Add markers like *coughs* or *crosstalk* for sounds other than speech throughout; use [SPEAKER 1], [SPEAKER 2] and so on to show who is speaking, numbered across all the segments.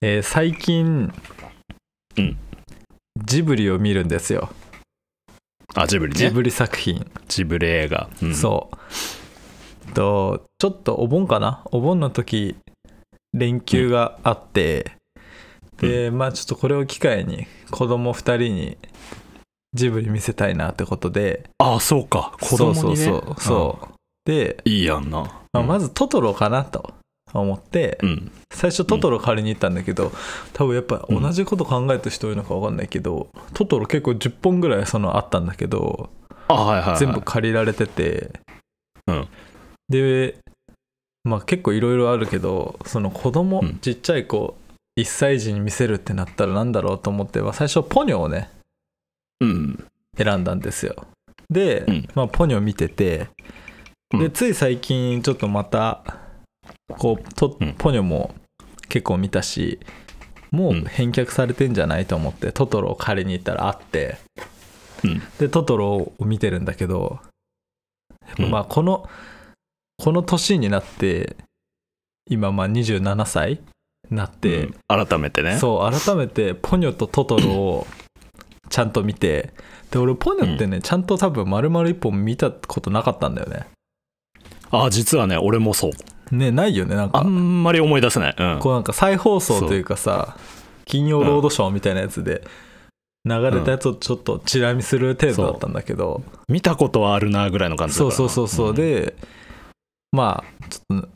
[SPEAKER 1] えー最近、
[SPEAKER 2] うん
[SPEAKER 1] ジブリを見るんですよ
[SPEAKER 2] あジブリね
[SPEAKER 1] ジブリ作品、
[SPEAKER 2] ジブリ映画、うん
[SPEAKER 1] そうとちょっとお盆かなお盆の時連休があって、
[SPEAKER 2] うん
[SPEAKER 1] でまあちょっとこれを機会に子供2人にジブリ見せたいなってことで
[SPEAKER 2] あそうか子供に、
[SPEAKER 1] そうそう
[SPEAKER 2] ね、
[SPEAKER 1] そうそう、で、
[SPEAKER 2] うんいいやんな、
[SPEAKER 1] まあ
[SPEAKER 2] うん
[SPEAKER 1] まずトトロかなと思って、
[SPEAKER 2] うん
[SPEAKER 1] 最初トトロ借りに行ったんだけど、多分やっぱ同じこと考えた人多いのか分かんないけど、トトロ結構10本ぐらいそのあったんだけど
[SPEAKER 2] あはいはい、はい、
[SPEAKER 1] 全部借りられてて、
[SPEAKER 2] うん
[SPEAKER 1] でまあ結構いろいろあるけどその子供、
[SPEAKER 2] うん
[SPEAKER 1] ちっちゃい子1歳児に見せるってなったらなんだろうと思って、まあ最初ポニョをね
[SPEAKER 2] うん
[SPEAKER 1] 選んだんですよで、
[SPEAKER 2] うん
[SPEAKER 1] まあ、ポニョ見てて
[SPEAKER 2] う
[SPEAKER 1] で
[SPEAKER 2] ん
[SPEAKER 1] つい最近ちょっとまたこうと
[SPEAKER 2] うん
[SPEAKER 1] ポニョも結構見たしもう
[SPEAKER 2] うん
[SPEAKER 1] 返却されてんじゃないと思ってトトロを借りに行ったらあって
[SPEAKER 2] うん
[SPEAKER 1] でトトロを見てるんだけど
[SPEAKER 2] うん
[SPEAKER 1] まあこのこの年になって今まあ27歳になって、
[SPEAKER 2] うん改めてね
[SPEAKER 1] そう改めてポニョとトトロをちゃんと見てで俺ポニョってね、ちゃんと多分丸々一本見たことなかったんだよね
[SPEAKER 2] あ実はね俺もそう
[SPEAKER 1] ねないよねなん
[SPEAKER 2] あ
[SPEAKER 1] か
[SPEAKER 2] んまり思い出せない、うん、
[SPEAKER 1] こうなんか再放送というかさ金曜ロードショーみたいなやつで流れたやつをちょっとチラ見する程度だったんだけど、
[SPEAKER 2] 見たことはあるなぐらいの感じだか
[SPEAKER 1] そうそ
[SPEAKER 2] ら
[SPEAKER 1] うそうそう、
[SPEAKER 2] ん
[SPEAKER 1] でまあちょっと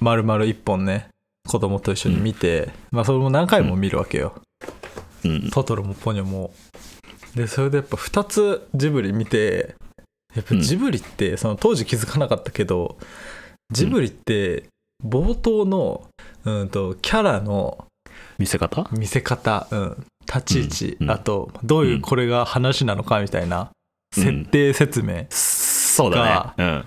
[SPEAKER 1] 丸々一本ね子供と一緒に見て、まあそれも何回も見るわけよ、
[SPEAKER 2] うん
[SPEAKER 1] トトロもポニョもでそれでやっぱ2つジブリ見てやっぱ
[SPEAKER 2] うん
[SPEAKER 1] ジブリって、その当時気づかなかったけどジブリって冒頭の、うん、とキャラの
[SPEAKER 2] 見せ方
[SPEAKER 1] 見せ方、うん、立ち位置、
[SPEAKER 2] うんうん
[SPEAKER 1] あとどういううんこれが話なのかみたいな
[SPEAKER 2] うん
[SPEAKER 1] 設定説明、
[SPEAKER 2] そうだね、うん、
[SPEAKER 1] やっ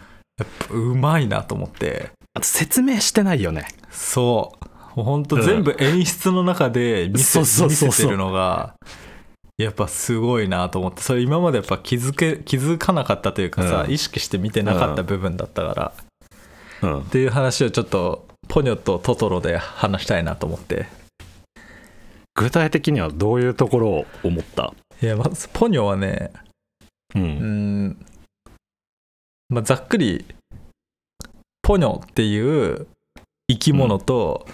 [SPEAKER 1] ぱうまいなと思って
[SPEAKER 2] あと説明してないよね
[SPEAKER 1] そうもうほんと全部演出の中で見せ,、
[SPEAKER 2] そうそう
[SPEAKER 1] 見
[SPEAKER 2] そ
[SPEAKER 1] せ
[SPEAKER 2] うそう
[SPEAKER 1] てるのがやっぱすごいなと思ってそれ今までやっぱ気づけ気づかなかったというかさ、
[SPEAKER 2] うん
[SPEAKER 1] 意識して見てなかった部分だったから、っ
[SPEAKER 2] うん
[SPEAKER 1] ていう話をちょっとポニョとトトロで話したいなと思って
[SPEAKER 2] 具体的にはどういうところを思った、
[SPEAKER 1] いやまずポニョはね
[SPEAKER 2] う、
[SPEAKER 1] うんん、まあ、ざっくりポニョっていう生き物と、
[SPEAKER 2] うん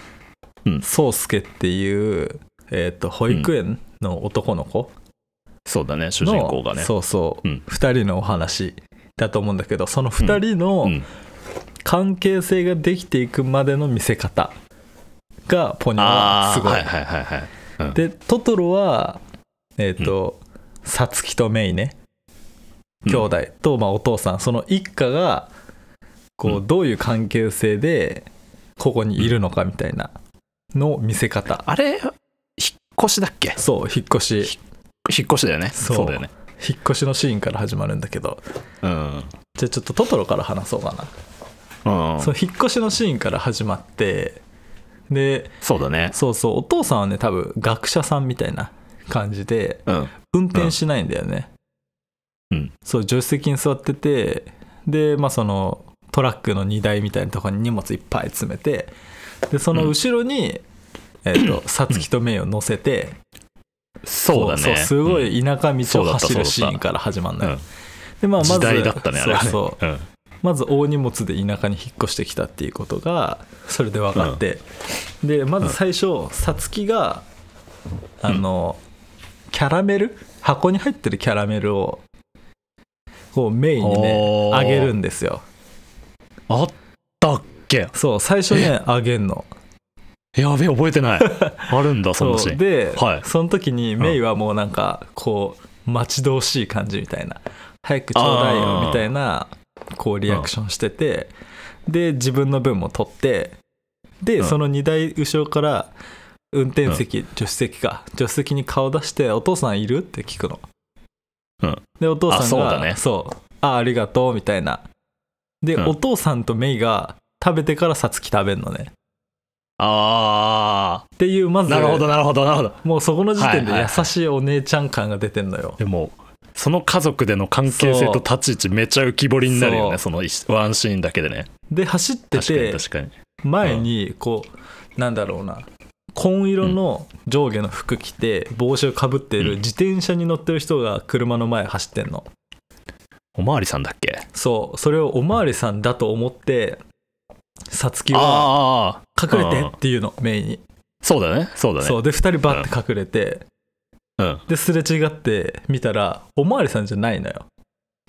[SPEAKER 2] うん
[SPEAKER 1] ソウスケっていう、えー、と保育園の男の子、
[SPEAKER 2] そうだね主
[SPEAKER 1] の
[SPEAKER 2] 人公がね
[SPEAKER 1] そうそう、
[SPEAKER 2] うん
[SPEAKER 1] 2人のお話だと思うんだけどその2人
[SPEAKER 2] う
[SPEAKER 1] の
[SPEAKER 2] ん
[SPEAKER 1] 関係性ができていくまでの見せ方がポニョは
[SPEAKER 2] あ
[SPEAKER 1] す
[SPEAKER 2] あ
[SPEAKER 1] ごい。
[SPEAKER 2] はいはいはいはいうん
[SPEAKER 1] でトトロはえっ、とサツキとメイね
[SPEAKER 2] うん
[SPEAKER 1] 兄弟と、まあ、お父さんその一家がこ
[SPEAKER 2] う
[SPEAKER 1] うどういう関係性でここにいるのかみたいなの見せ方、
[SPEAKER 2] あれ引っ越しだっけ
[SPEAKER 1] そう引っ越し
[SPEAKER 2] 引っ越しだよね
[SPEAKER 1] そ
[SPEAKER 2] そううだよね
[SPEAKER 1] 引っ越しのシーンから始まるんだけど
[SPEAKER 2] うん
[SPEAKER 1] じゃあちょっとトトロから話そうかな
[SPEAKER 2] うん
[SPEAKER 1] そう引っ越しのシーンから始まってで
[SPEAKER 2] そうだね
[SPEAKER 1] そうそうお父さんはね多分学者さんみたいな感じで
[SPEAKER 2] うん
[SPEAKER 1] 運転しないんだよね、
[SPEAKER 2] うん
[SPEAKER 1] そう助手席に座っててでまあそのトラックの荷台みたいなところに荷物いっぱい詰めてでその後ろに、えー、とさつきとメイを乗せて
[SPEAKER 2] そうだね
[SPEAKER 1] すごい田舎道
[SPEAKER 2] そう
[SPEAKER 1] を
[SPEAKER 2] だった
[SPEAKER 1] 走
[SPEAKER 2] そう
[SPEAKER 1] る
[SPEAKER 2] だった
[SPEAKER 1] シーンから始まるのよ、
[SPEAKER 2] うん
[SPEAKER 1] でまあまず
[SPEAKER 2] 時代だったねあれはね
[SPEAKER 1] そうそう
[SPEAKER 2] うん
[SPEAKER 1] まず大荷物で田舎に引っ越してきたっていうことがそれで分かって、でまず最初さつきがあの、キャラメル箱に入ってるキャラメルをこうメインにね
[SPEAKER 2] おー
[SPEAKER 1] あげるんですよ
[SPEAKER 2] あったっけ
[SPEAKER 1] そう最初ねあげんの
[SPEAKER 2] やべえ覚えてない *laughs* あるんだそのシ
[SPEAKER 1] そ
[SPEAKER 2] ー
[SPEAKER 1] う
[SPEAKER 2] ン
[SPEAKER 1] で、
[SPEAKER 2] はい
[SPEAKER 1] その時にメイはもうなんかこう待ち遠しい感じみたいな早くちょうだいよ
[SPEAKER 2] あー
[SPEAKER 1] みたいなこうリアクションしててで自分の分も取ってで、
[SPEAKER 2] うん
[SPEAKER 1] その荷台後ろから運転席、助手席か助手席に顔出して「お父さんいる?」って聞くの、
[SPEAKER 2] うん
[SPEAKER 1] でお父さんが
[SPEAKER 2] あそうだね
[SPEAKER 1] そうあありがとう」みたいなで、
[SPEAKER 2] うん
[SPEAKER 1] お父さんとメイが食べてからさつき食べんのね
[SPEAKER 2] あ
[SPEAKER 1] っていうま
[SPEAKER 2] あ
[SPEAKER 1] ず
[SPEAKER 2] なるほどなるほどなるほど
[SPEAKER 1] もうそこの時点で
[SPEAKER 2] はいはい
[SPEAKER 1] 優しいお姉ちゃん感が出てんのよ。
[SPEAKER 2] でもその家族での関係性と立ち位置めちゃ浮き彫りになるよね
[SPEAKER 1] そ
[SPEAKER 2] その一ワンシーンだけでね
[SPEAKER 1] で走って
[SPEAKER 2] 確かに
[SPEAKER 1] て
[SPEAKER 2] 確かに
[SPEAKER 1] 前にこうなんだろうな紺色の上下の服着て帽子をかぶってる自転車に乗ってる人が車の前走ってんの
[SPEAKER 2] おまわりさんだっけ
[SPEAKER 1] そうそれをおまわりさんだと思ってさつきは
[SPEAKER 2] ああ
[SPEAKER 1] 隠れて
[SPEAKER 2] うん
[SPEAKER 1] っていうのメインに
[SPEAKER 2] そうだねそうだね
[SPEAKER 1] そうで2人バッて隠れて
[SPEAKER 2] うん、
[SPEAKER 1] ですれ違って見たらおまわりさんじゃないのよ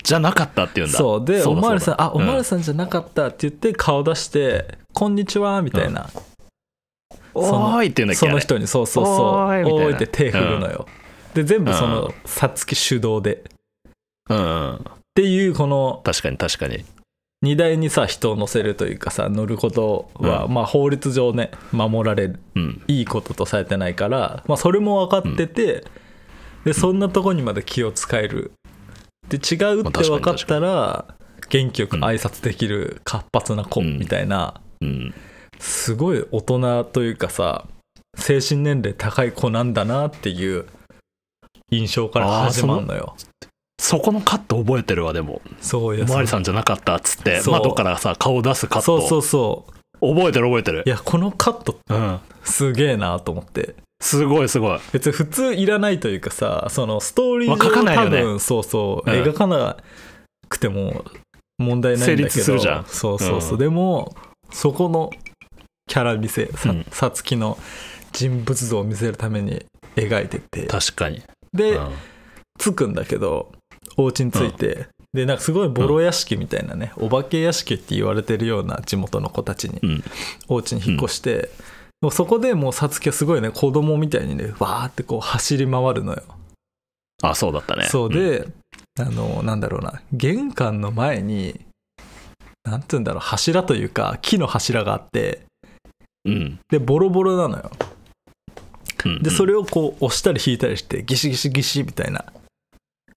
[SPEAKER 2] じゃなかったっていうんだ
[SPEAKER 1] そうでお
[SPEAKER 2] だ
[SPEAKER 1] まわりさん「あおまわりさ
[SPEAKER 2] さ
[SPEAKER 1] んじゃなかった」って言って顔出して「こんにちは」みたいな、
[SPEAKER 2] ん、
[SPEAKER 1] その
[SPEAKER 2] おーいって言うんだっけ
[SPEAKER 1] そ
[SPEAKER 2] あ
[SPEAKER 1] の
[SPEAKER 2] れ
[SPEAKER 1] 人にそうそうそう「
[SPEAKER 2] お
[SPEAKER 1] お
[SPEAKER 2] ー
[SPEAKER 1] ー」
[SPEAKER 2] いみたいない
[SPEAKER 1] って手振るのよ、で全部そうのさつき主導でっ
[SPEAKER 2] うん、うん、
[SPEAKER 1] ていうこの
[SPEAKER 2] 確かに確かに
[SPEAKER 1] 荷台にさ人を乗せるというかさ乗ることは、
[SPEAKER 2] う
[SPEAKER 1] まあ法律上ね守られる
[SPEAKER 2] うん
[SPEAKER 1] いいこととされてないから、まあ、それも分かってて、でそんなとこにまで気を使えるで違うって分かったら元気よく挨拶できる活発な子
[SPEAKER 2] うん
[SPEAKER 1] みたいな、
[SPEAKER 2] うん
[SPEAKER 1] すごい大人というかさ精神年齢高い子なんだなっていう印象から始まるのよ
[SPEAKER 2] そこのカット覚えてるわでも
[SPEAKER 1] そうい
[SPEAKER 2] お
[SPEAKER 1] や
[SPEAKER 2] まわり
[SPEAKER 1] そ
[SPEAKER 2] さんじゃなかったっつって
[SPEAKER 1] そう
[SPEAKER 2] 窓からさ顔出すカッ
[SPEAKER 1] う
[SPEAKER 2] ト
[SPEAKER 1] そうそうそう
[SPEAKER 2] 覚えてる覚えてる
[SPEAKER 1] いやこのカット
[SPEAKER 2] うん
[SPEAKER 1] すげえなと思って
[SPEAKER 2] すごいすごい
[SPEAKER 1] 別に普通いらないというかさそのストーリー
[SPEAKER 2] まあ書かないよね
[SPEAKER 1] 多分そうそう、
[SPEAKER 2] うん
[SPEAKER 1] 描かなくても問題ないんだけど
[SPEAKER 2] 成立するじゃん
[SPEAKER 1] そうそうそう、
[SPEAKER 2] うん
[SPEAKER 1] でもそこのキャラ見せさ,、
[SPEAKER 2] うん
[SPEAKER 1] さつきの人物像を見せるために描いてて
[SPEAKER 2] 確かに、
[SPEAKER 1] で、
[SPEAKER 2] うん
[SPEAKER 1] 着くんだけどお家に着いて、でなんかすごいボロ屋敷みたいなね、お化け屋敷って言われてるような地元の子たちに
[SPEAKER 2] うん
[SPEAKER 1] お家に引っ越して、もうそこでもうさつきはすごいね子供みたいにねわーってこう走り回るのよ。
[SPEAKER 2] あそうだったね
[SPEAKER 1] そうで、あのなんだろうな玄関の前になんて言うんだろう柱というか木の柱があって
[SPEAKER 2] うん、
[SPEAKER 1] でボロボロなのよ
[SPEAKER 2] うん、
[SPEAKER 1] でそ
[SPEAKER 2] れ
[SPEAKER 1] れをこう押したり引いたりしてギシギシギシみたいな、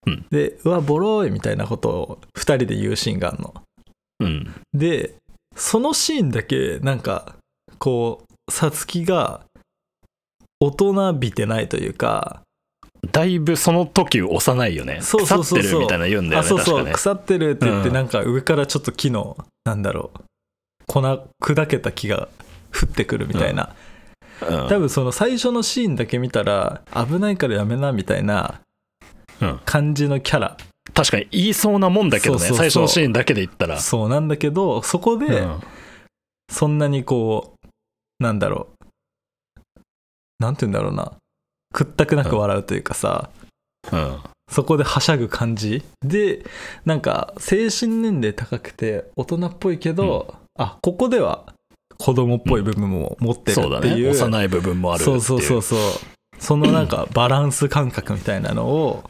[SPEAKER 2] うん
[SPEAKER 1] でうわボロいみたいなことを2人で言うシーンがあるの
[SPEAKER 2] うん
[SPEAKER 1] でそのシーンだけなんかこうさつきが大人びてないというか
[SPEAKER 2] だいぶその時幼いよね
[SPEAKER 1] そうそうそうそう
[SPEAKER 2] 腐ってるみたいな言うんだよ
[SPEAKER 1] あ
[SPEAKER 2] ね
[SPEAKER 1] そうそう、
[SPEAKER 2] 確かね
[SPEAKER 1] 腐ってるって言って
[SPEAKER 2] うん
[SPEAKER 1] なんか上からちょっと木のなんだろう粉砕けた木が降ってくるみたいな、
[SPEAKER 2] うん
[SPEAKER 1] 多分その最初のシーンだけ見たら危ないからやめなみたいな
[SPEAKER 2] うん
[SPEAKER 1] 感じのキャラ、
[SPEAKER 2] 確かに言いそうなもんだけどね
[SPEAKER 1] そうそうそう
[SPEAKER 2] 最初のシーンだけで言ったら
[SPEAKER 1] そうなんだけどそこで
[SPEAKER 2] うん
[SPEAKER 1] そんなにこうなんだろうなんて言うんだろうな屈託なく笑うというかさ、
[SPEAKER 2] うん
[SPEAKER 1] そこではしゃぐ感じでなんか精神年齢高くて大人っぽいけど、あここでは子供っぽい部分も持ってる
[SPEAKER 2] そうだ
[SPEAKER 1] っていう、
[SPEAKER 2] ね幼い部分もあるってい
[SPEAKER 1] そうそうそうそうそのなん
[SPEAKER 2] *clears throat*
[SPEAKER 1] かバランス感覚みたいなのを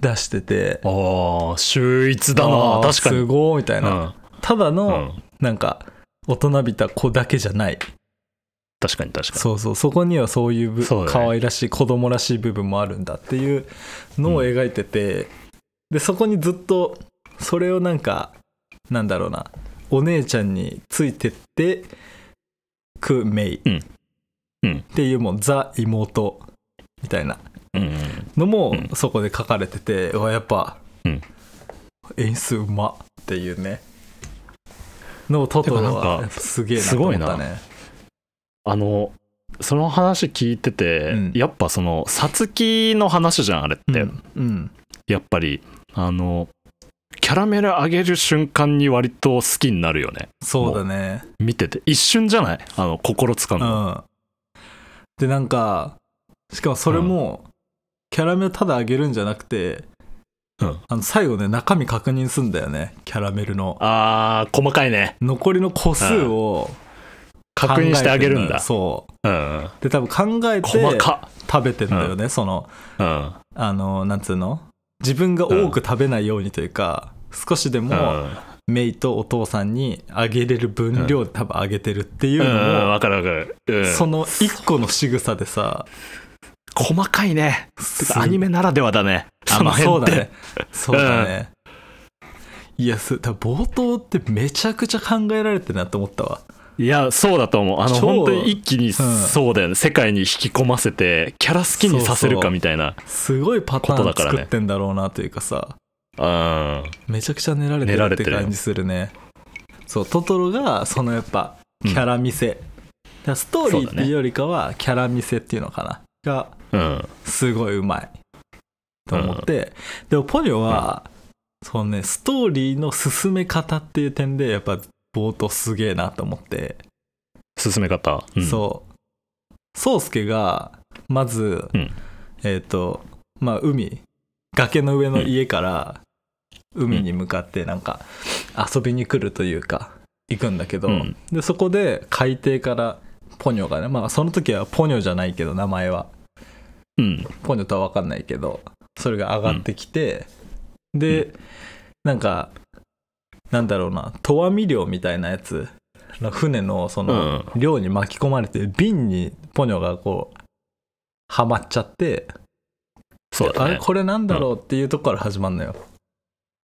[SPEAKER 1] 出してて
[SPEAKER 2] ああ秀逸だな
[SPEAKER 1] あー
[SPEAKER 2] 確かに
[SPEAKER 1] すごいみたいな、ただ
[SPEAKER 2] うんう
[SPEAKER 1] の
[SPEAKER 2] ん、
[SPEAKER 1] なんか大人びた子だけじゃない
[SPEAKER 2] 確かに確かに
[SPEAKER 1] そうそうそこにはそういうぶ
[SPEAKER 2] そうだね
[SPEAKER 1] 可愛らしい子供らしい部分もあるんだっていうのを描いてて、でそこにずっとそれをなんかなんだろうなお姉ちゃんについてってくメイっ
[SPEAKER 2] うんうん
[SPEAKER 1] ていうもん、ザ妹みたいな
[SPEAKER 2] うんうん
[SPEAKER 1] のも
[SPEAKER 2] うん
[SPEAKER 1] そこで書かれてて、うわやっぱ、
[SPEAKER 2] うん
[SPEAKER 1] 演出うまっていうねのをトトロ
[SPEAKER 2] てかなん
[SPEAKER 1] は
[SPEAKER 2] か
[SPEAKER 1] やっぱすげえなと思ったね。
[SPEAKER 2] あのその話聞いてて、
[SPEAKER 1] うん
[SPEAKER 2] やっぱそのさつきの話じゃんあれって、
[SPEAKER 1] うんうん
[SPEAKER 2] やっぱりあのキャラメルあげる瞬間に割と好きになるよね
[SPEAKER 1] そうだね。
[SPEAKER 2] 見てて一瞬じゃないあの心つかむの、
[SPEAKER 1] うん、でなんかしかもそれも、キャラメルただあげるんじゃなくて、
[SPEAKER 2] うん
[SPEAKER 1] あの最後ね中身確認すんだよねキャラメルの
[SPEAKER 2] あー細かいね
[SPEAKER 1] 残りの個数を考え
[SPEAKER 2] 確
[SPEAKER 1] てんのよ
[SPEAKER 2] 認してあげるんだ
[SPEAKER 1] そう
[SPEAKER 2] うん
[SPEAKER 1] で多分考えて
[SPEAKER 2] 細か
[SPEAKER 1] 食べてんだよね、その
[SPEAKER 2] うん
[SPEAKER 1] あのなんつうの自分が多く食べないようにというか、少しで
[SPEAKER 2] う
[SPEAKER 1] も
[SPEAKER 2] ん
[SPEAKER 1] メイとお父さんにあげれる分量で多分あげてるっていう
[SPEAKER 2] うん
[SPEAKER 1] のを、
[SPEAKER 2] わかるわかる、うん、
[SPEAKER 1] その1個の仕草でさ
[SPEAKER 2] 細かいねて
[SPEAKER 1] す
[SPEAKER 2] かアニメならではだね
[SPEAKER 1] あ
[SPEAKER 2] その
[SPEAKER 1] まあそう
[SPEAKER 2] 辺っ
[SPEAKER 1] だ
[SPEAKER 2] て、 *laughs*
[SPEAKER 1] ねそうだね、いやす多分冒頭ってめちゃくちゃ考えられてるなと思ったわ
[SPEAKER 2] いやそうだと思うあの
[SPEAKER 1] 超
[SPEAKER 2] 本当に一気にそうだよね、世界に引き込ませてキャラ好きにさせるかみたいな
[SPEAKER 1] すごいパタ
[SPEAKER 2] こと
[SPEAKER 1] ー
[SPEAKER 2] だ
[SPEAKER 1] ン
[SPEAKER 2] から
[SPEAKER 1] 作
[SPEAKER 2] ね
[SPEAKER 1] ってんだろうなというかさ
[SPEAKER 2] うん
[SPEAKER 1] めちゃくちゃ練られて
[SPEAKER 2] 練ら
[SPEAKER 1] る
[SPEAKER 2] れ
[SPEAKER 1] って
[SPEAKER 2] てるよ
[SPEAKER 1] 感じするねそうトトロがそのやっぱ
[SPEAKER 2] う
[SPEAKER 1] キ
[SPEAKER 2] ん
[SPEAKER 1] ャラ見せからストーリーっていうよりかはキャラ見せっていうのかなが
[SPEAKER 2] うん
[SPEAKER 1] すごいうまいと思って、でもポニョは、そのねストーリーの進め方っていう点でやっぱ冒頭すげえなと思って、
[SPEAKER 2] 進め方、うん、
[SPEAKER 1] そう宗介がまず、
[SPEAKER 2] うん
[SPEAKER 1] えっ、とまあ海崖の上の家から海に向かってなんか遊びに来るというか行くんだけど、
[SPEAKER 2] うん
[SPEAKER 1] でそこで海底からポニョがねまあその時はポニョじゃないけど名前は
[SPEAKER 2] うん
[SPEAKER 1] ポニョとは分かんないけどそれが上がってきて、で、なんかなんだろうな投網漁みたいなやつの船のその、
[SPEAKER 2] うん
[SPEAKER 1] 漁に巻き込まれて瓶にポニョがこうはまっちゃって、
[SPEAKER 2] そうだ
[SPEAKER 1] あ
[SPEAKER 2] ね
[SPEAKER 1] れこれなんだろうっていうとこから始まるのよ、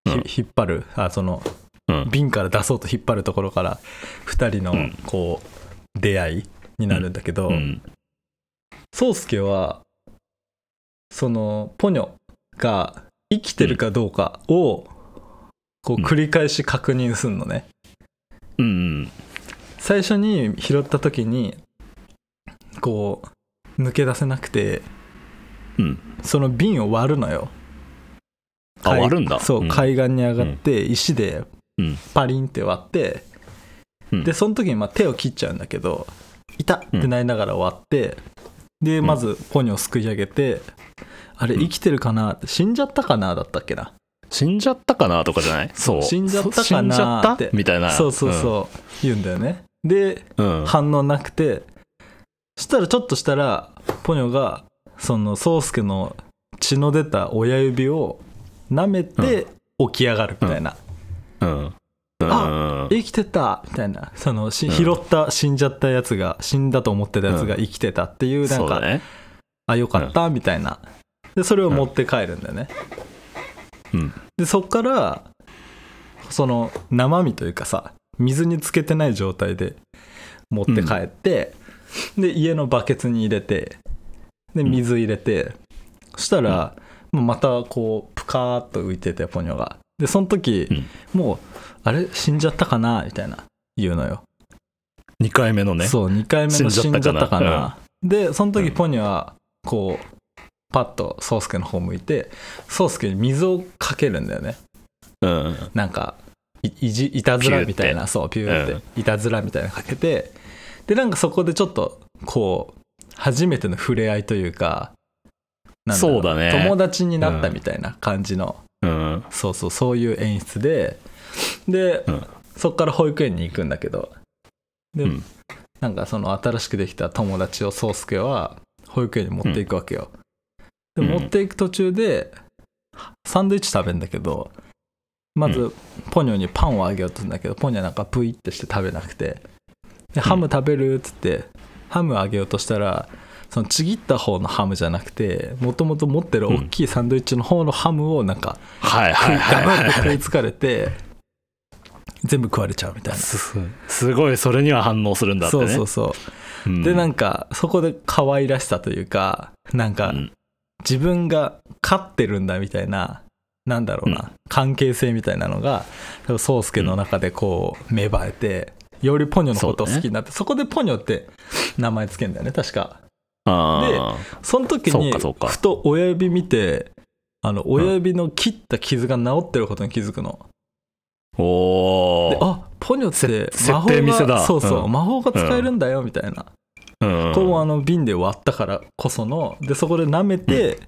[SPEAKER 2] うん
[SPEAKER 1] ひ引っ張るあその
[SPEAKER 2] うん
[SPEAKER 1] 瓶から出そうと引っ張るところから2人の
[SPEAKER 2] うん
[SPEAKER 1] こう出会いになるんだけど、
[SPEAKER 2] うん
[SPEAKER 1] 宗介はそのポニョが生きてるかどうかをこう
[SPEAKER 2] うん
[SPEAKER 1] 繰り返し確認すんのね、
[SPEAKER 2] うん
[SPEAKER 1] 最初に拾った時にこう抜け出せなくて
[SPEAKER 2] うん
[SPEAKER 1] その瓶を割るのよ
[SPEAKER 2] あ
[SPEAKER 1] 海
[SPEAKER 2] 割るんだ
[SPEAKER 1] そう、
[SPEAKER 2] ん
[SPEAKER 1] 海岸に上がって石で
[SPEAKER 2] うん
[SPEAKER 1] パリンって割って、
[SPEAKER 2] うん
[SPEAKER 1] でその時にまあ手を切っちゃうんだけど「痛っ!」ってなりながら割って、で
[SPEAKER 2] ん
[SPEAKER 1] まずポニョをすくい上げて、あれ
[SPEAKER 2] うん
[SPEAKER 1] 生きてるかな死んじゃったかなだったっけな
[SPEAKER 2] 死んじゃったかなとかじゃないそう
[SPEAKER 1] 死んじゃったかな
[SPEAKER 2] 死んじゃった
[SPEAKER 1] って
[SPEAKER 2] みたいな
[SPEAKER 1] そうそうそう、言うんだよねで
[SPEAKER 2] うん、うん
[SPEAKER 1] 反応なくてそしたらちょっとしたらポニョがその宗介の血の出た親指を舐めて起き上がるみたいな、
[SPEAKER 2] うんうん
[SPEAKER 1] 生きてたみたいなそのし、
[SPEAKER 2] うん
[SPEAKER 1] 拾った死んじゃったやつが死んだと思ってたやつが生きてたっていうなん
[SPEAKER 2] そう
[SPEAKER 1] か、
[SPEAKER 2] だね
[SPEAKER 1] あよかったみたいなでそれを持って帰るんだよね、
[SPEAKER 2] うん
[SPEAKER 1] でそっからその生身というかさ水につけてない状態で持って帰って、で家のバケツに入れてで
[SPEAKER 2] ん
[SPEAKER 1] 水入れて、そしたら、まあまたこうプカーっと浮いててポニョがでその時、もうあれ死んじゃったかなみたいな言うのよ
[SPEAKER 2] 2回目のね
[SPEAKER 1] そう2回目の死
[SPEAKER 2] 死ん
[SPEAKER 1] んじ
[SPEAKER 2] じ
[SPEAKER 1] ゃ
[SPEAKER 2] ゃ
[SPEAKER 1] っ
[SPEAKER 2] ったた
[SPEAKER 1] か
[SPEAKER 2] かな
[SPEAKER 1] な、でその
[SPEAKER 2] う
[SPEAKER 1] 時
[SPEAKER 2] ん
[SPEAKER 1] ポニョはこうパッと宗介の方向いて宗介に水をかけるんだよね
[SPEAKER 2] うん
[SPEAKER 1] なんかいいじいたずらみたいな
[SPEAKER 2] ピューって
[SPEAKER 1] そうピューって、いたずらみたいなのかけてでなんかそこでちょっとこう初めての触れ合いというかなんろ
[SPEAKER 2] そうだね
[SPEAKER 1] 友達になったみたいな感じの、
[SPEAKER 2] うん
[SPEAKER 1] そうそうそういう演出でで、
[SPEAKER 2] うん
[SPEAKER 1] そっから保育園に行くんだけどで、
[SPEAKER 2] うん
[SPEAKER 1] なんかその新しくできた友達を宗介は保育園に持っていくわけよ、
[SPEAKER 2] うん
[SPEAKER 1] で
[SPEAKER 2] うん
[SPEAKER 1] 持っていく途中でサンドイッチ食べるんだけどまずポニョにパンをあげようとするんだけどポニョなんかプイってして食べなくてでハム食べるっつってハムあげようとしたらそのちぎった方のハムじゃなくてもともと持ってる大きいサンドイッチの方のハムをなんか
[SPEAKER 2] はいはい
[SPEAKER 1] ガ
[SPEAKER 2] はい
[SPEAKER 1] バッ
[SPEAKER 2] は
[SPEAKER 1] と
[SPEAKER 2] い
[SPEAKER 1] 食いつかれて全部食われちゃうみたいな
[SPEAKER 2] *laughs* すすごいそれには反応するんだって
[SPEAKER 1] そ
[SPEAKER 2] ね
[SPEAKER 1] うそうそううでなんかそこで可愛らしさというかなんか
[SPEAKER 2] うん
[SPEAKER 1] 自分が勝ってるんだみたいななんだろうな、
[SPEAKER 2] う
[SPEAKER 1] 関係性みたいなのが宗介の中でこう芽生えてよりポニョのことを好きになってそ,、こでポニョって名前つけんだよね確か
[SPEAKER 2] あ
[SPEAKER 1] その時に
[SPEAKER 2] そうかそうか
[SPEAKER 1] ふと親指見てあの親指の切った傷が治ってることに気づくの、
[SPEAKER 2] ーお
[SPEAKER 1] で
[SPEAKER 2] ー
[SPEAKER 1] あポニョって
[SPEAKER 2] せ
[SPEAKER 1] 魔法
[SPEAKER 2] 設定見せ
[SPEAKER 1] が
[SPEAKER 2] だ
[SPEAKER 1] そうそう、
[SPEAKER 2] うん
[SPEAKER 1] 魔法が使えるんだよみたいな、
[SPEAKER 2] うん
[SPEAKER 1] これもあの瓶で割ったからこそのでそこで舐めて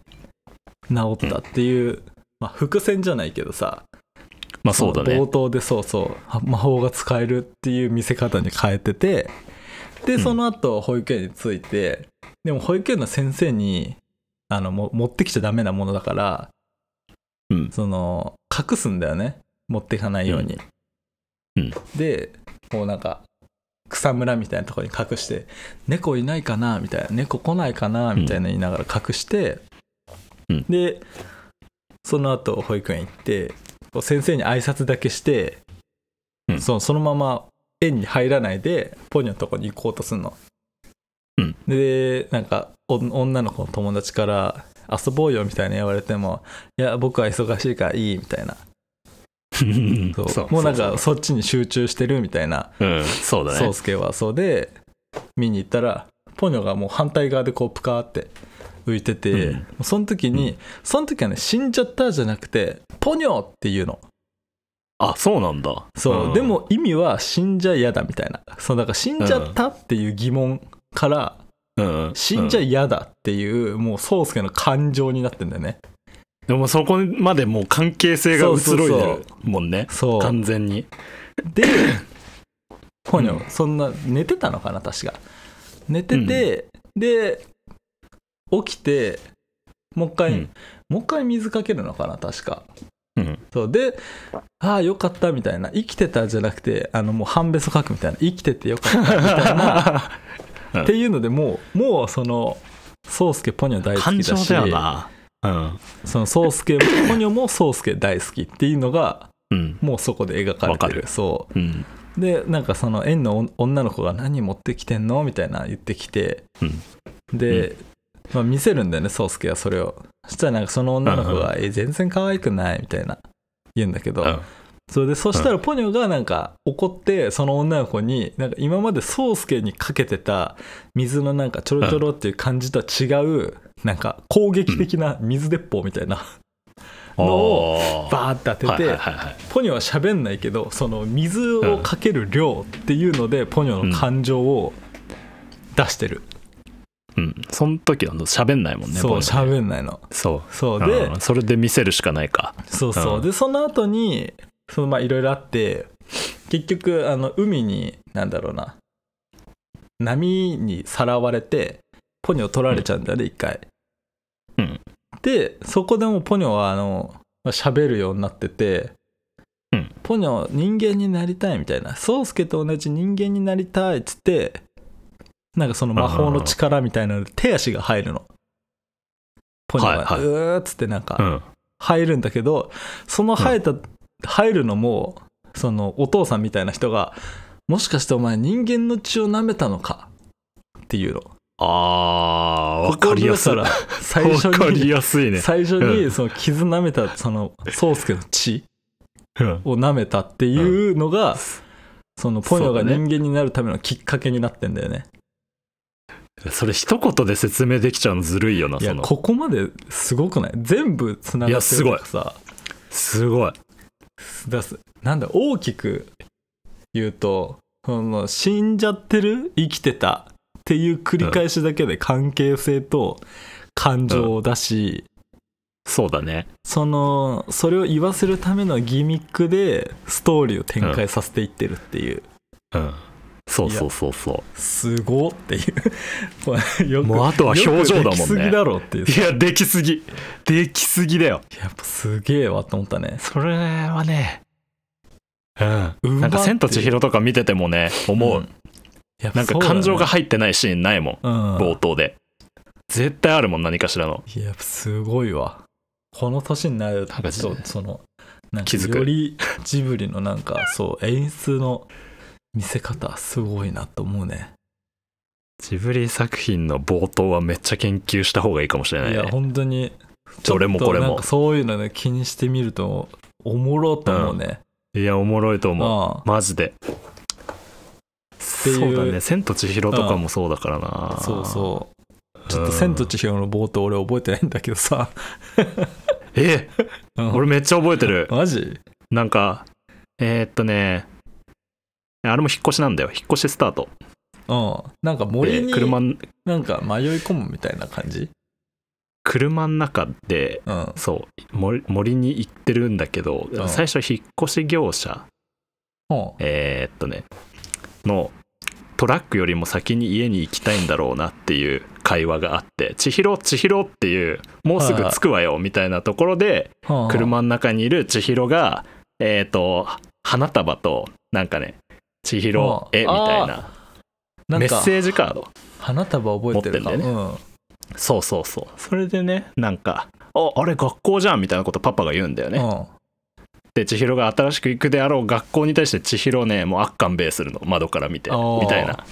[SPEAKER 1] 治ったっていう、まあ、伏線じゃないけどさ
[SPEAKER 2] まあそうだ
[SPEAKER 1] の
[SPEAKER 2] ね
[SPEAKER 1] 冒頭でそうそうあ魔法が使えるっていう見せ方に変えててで
[SPEAKER 2] ん
[SPEAKER 1] その後保育園に着いてでも保育園の先生にあのも持ってきちゃダメなものだから
[SPEAKER 2] うん
[SPEAKER 1] その隠すんだよね持っていかないように、
[SPEAKER 2] うん
[SPEAKER 1] でこうなんか草むらみたいなところに隠して「猫いないかな?」みたいな「猫来ないかな?」みたいな言いながら隠して、
[SPEAKER 2] うん
[SPEAKER 1] でその後保育園行ってこう先生に挨拶だけして、
[SPEAKER 2] うん
[SPEAKER 1] そのそのまま園に入らないでポニョのとこに行こうとするの、
[SPEAKER 2] うん
[SPEAKER 1] でなんかお女の子の友達から「遊ぼうよ」みたいな言われても「いや僕は忙しいからいい」みたいなそうもうなんかそっちに集中してるみたいな
[SPEAKER 2] うんそうだ
[SPEAKER 1] 宗
[SPEAKER 2] ね
[SPEAKER 1] 介はそうで見に行ったらポニョがもう反対側でこうプカーって浮いてて、
[SPEAKER 2] うん
[SPEAKER 1] その時に、その時はね死んじゃったじゃなくてポニョっていうの
[SPEAKER 2] あそうなんだ
[SPEAKER 1] そう、
[SPEAKER 2] ん
[SPEAKER 1] でも意味は死んじゃ嫌だみたいなそうだから死んじゃったっていう疑問から、
[SPEAKER 2] うんうん
[SPEAKER 1] 死んじゃ嫌だっていう、もう宗介の感情になってんだよね
[SPEAKER 2] でもそこまでもう関係性が移ろいでるもんね
[SPEAKER 1] そう
[SPEAKER 2] 完全に
[SPEAKER 1] でポニョ、そんな寝てたのかな確か寝てて、で起きてもう一回、
[SPEAKER 2] うん
[SPEAKER 1] もう一回水かけるのかな確か
[SPEAKER 2] うん
[SPEAKER 1] そうでああよかったみたいな生きてたじゃなくてあのもう半べそ書くみたいな生きててよかったみたいな
[SPEAKER 2] *laughs* うん
[SPEAKER 1] っていうのでもうもうその宗介ポニョ大好き
[SPEAKER 2] 感
[SPEAKER 1] だ
[SPEAKER 2] 情
[SPEAKER 1] し
[SPEAKER 2] だよなうん
[SPEAKER 1] その宗介もポニョも宗介大好きっていうのが
[SPEAKER 2] うん
[SPEAKER 1] もうそこで描かれて
[SPEAKER 2] わか
[SPEAKER 1] る
[SPEAKER 2] る
[SPEAKER 1] そう
[SPEAKER 2] うん
[SPEAKER 1] でなんかその園の女女の子が「何持ってきてんの?」みたいな言ってきて
[SPEAKER 2] うん
[SPEAKER 1] で、まあ、見せるんだよね宗介はそれをそしたらなんかその女の子
[SPEAKER 2] うん
[SPEAKER 1] が「え全然可愛くない」みたいな言うんだけど、
[SPEAKER 2] うん
[SPEAKER 1] それでそしたらポニョがなんか怒ってその女の子になんか今まで宗介にかけてた水のなんかちょろちょろっていう感じとは違うなんか攻撃的な水鉄砲みたいなのを
[SPEAKER 2] あー
[SPEAKER 1] バーって当て
[SPEAKER 2] はい
[SPEAKER 1] て
[SPEAKER 2] はいはいはい
[SPEAKER 1] ポニョは喋んないけどその水をかける量っていうのでポニョの感情を出してる、
[SPEAKER 2] うんその時はあの喋んないもんね
[SPEAKER 1] そう
[SPEAKER 2] ポニョね
[SPEAKER 1] 喋んないの
[SPEAKER 2] そう
[SPEAKER 1] そうで、
[SPEAKER 2] うんそれで見せるしかないか
[SPEAKER 1] そうそう、
[SPEAKER 2] うん
[SPEAKER 1] でその後にそのまあいろいろあって結局あの海になんだろうな波にさらわれてポニョ取られちゃうんだね一、回、
[SPEAKER 2] うん
[SPEAKER 1] でそこでもうポニョはあのまあ喋るようになってて、
[SPEAKER 2] うん
[SPEAKER 1] ポニョ人間になりたいみたいな宗介と同じ人間になりたいっつってなんかその魔法の力みたいなので手足が入るのポニョが、
[SPEAKER 2] はいはいう
[SPEAKER 1] ーっつってなんか、
[SPEAKER 2] うん
[SPEAKER 1] 入るんだけどその生えた、入るのもそのお父さんみたいな人が「もしかしてお前人間の血を舐めたのか?」っていうの
[SPEAKER 2] あーわかりやすい
[SPEAKER 1] ここ
[SPEAKER 2] わ
[SPEAKER 1] だから最初
[SPEAKER 2] かり
[SPEAKER 1] に
[SPEAKER 2] やすいね
[SPEAKER 1] 最初
[SPEAKER 2] う
[SPEAKER 1] に
[SPEAKER 2] ん
[SPEAKER 1] その傷舐めたその宗介の血
[SPEAKER 2] うん
[SPEAKER 1] を舐めたっていうのが、そのポニョが
[SPEAKER 2] そうだ
[SPEAKER 1] 人
[SPEAKER 2] ね
[SPEAKER 1] 間になるためのきっかけになってんだよね
[SPEAKER 2] それ一言で説明できちゃうのずるいよない
[SPEAKER 1] や
[SPEAKER 2] その
[SPEAKER 1] ここまですごくない全部つながってるからさ
[SPEAKER 2] すごい
[SPEAKER 1] 出す *laughs* なんだ大きく言うとその死んじゃってる生きてたっていう繰り返しだけで関係性と感情だし、
[SPEAKER 2] そうだね
[SPEAKER 1] そのそれを言わせるためのギミックでストーリーを展開させていってるっていう、
[SPEAKER 2] うんそうそうそうそ
[SPEAKER 1] すごっていう *laughs* これよ
[SPEAKER 2] うもうあとは表
[SPEAKER 1] よく
[SPEAKER 2] 情だ
[SPEAKER 1] でき
[SPEAKER 2] もん
[SPEAKER 1] すぎ
[SPEAKER 2] ね
[SPEAKER 1] だろっていう
[SPEAKER 2] いやできすぎできすぎだよ
[SPEAKER 1] やっぱすげえわと思ったね
[SPEAKER 2] それはねう
[SPEAKER 1] うんま
[SPEAKER 2] なんか「千と
[SPEAKER 1] って
[SPEAKER 2] 千尋」とか見ててもね思う、
[SPEAKER 1] うんやっぱ
[SPEAKER 2] なん
[SPEAKER 1] そ
[SPEAKER 2] か
[SPEAKER 1] うだね
[SPEAKER 2] 感情が入ってないシーンないもん、
[SPEAKER 1] うん
[SPEAKER 2] 冒頭で絶対あるもん何かしらの
[SPEAKER 1] いや、すごいわ。この年になる
[SPEAKER 2] なん
[SPEAKER 1] と、
[SPEAKER 2] か
[SPEAKER 1] その、なんか
[SPEAKER 2] 気づく
[SPEAKER 1] よりジブリのなんか、
[SPEAKER 2] *laughs*
[SPEAKER 1] そう、演出の見せ方、すごいなと思うね。
[SPEAKER 2] ジブリ作品の冒頭はめっちゃ研究した方がいいかもしれない
[SPEAKER 1] いや、
[SPEAKER 2] ね
[SPEAKER 1] 本当に、
[SPEAKER 2] どれもこれ
[SPEAKER 1] ちょっとなん
[SPEAKER 2] も
[SPEAKER 1] かそういうのね、気にしてみると、おもろと思うね。
[SPEAKER 2] いやおもろいと思う
[SPEAKER 1] あ
[SPEAKER 2] マジで
[SPEAKER 1] ていう
[SPEAKER 2] そうだね「千と千尋」とかもそうだからな、
[SPEAKER 1] あ、そうそう。ちょっと、
[SPEAKER 2] うん
[SPEAKER 1] 千と千尋の冒頭、俺覚えてないんだけどさ。
[SPEAKER 2] え
[SPEAKER 1] うん
[SPEAKER 2] 俺めっちゃ覚えてる
[SPEAKER 1] マジ
[SPEAKER 2] なんかえー、っとねあれも引っ越しなんだよ引っ越しスタート
[SPEAKER 1] うん。なんか森
[SPEAKER 2] で
[SPEAKER 1] に、
[SPEAKER 2] 車ん
[SPEAKER 1] なんか迷い込むみたいな感じ
[SPEAKER 2] 車の中で
[SPEAKER 1] うん。
[SPEAKER 2] そう森森に行ってるんだけど、
[SPEAKER 1] うん
[SPEAKER 2] 最初引っ越し業者
[SPEAKER 1] うん
[SPEAKER 2] えー、っとねのトラックよりも先に家に行きたいんだろうなっていう会話があって「千尋千尋」っていうもうすぐ着くわよみたいなところで
[SPEAKER 1] はあ
[SPEAKER 2] 車の中にいる千尋がえー、っと花束となんかね「千尋
[SPEAKER 1] うん
[SPEAKER 2] へ」みたいな
[SPEAKER 1] なん
[SPEAKER 2] メッ
[SPEAKER 1] か
[SPEAKER 2] セージカード
[SPEAKER 1] 花束覚えてるか
[SPEAKER 2] 持ってんだ
[SPEAKER 1] うん
[SPEAKER 2] そうそうそうそれでねなんか「ああれ学校じゃん」みたいなことパパが言うんだよね、
[SPEAKER 1] うん
[SPEAKER 2] で千尋が新しく行くであろう学校に対して千尋ねもう悪感べえするの窓から見て
[SPEAKER 1] あー
[SPEAKER 2] みたいな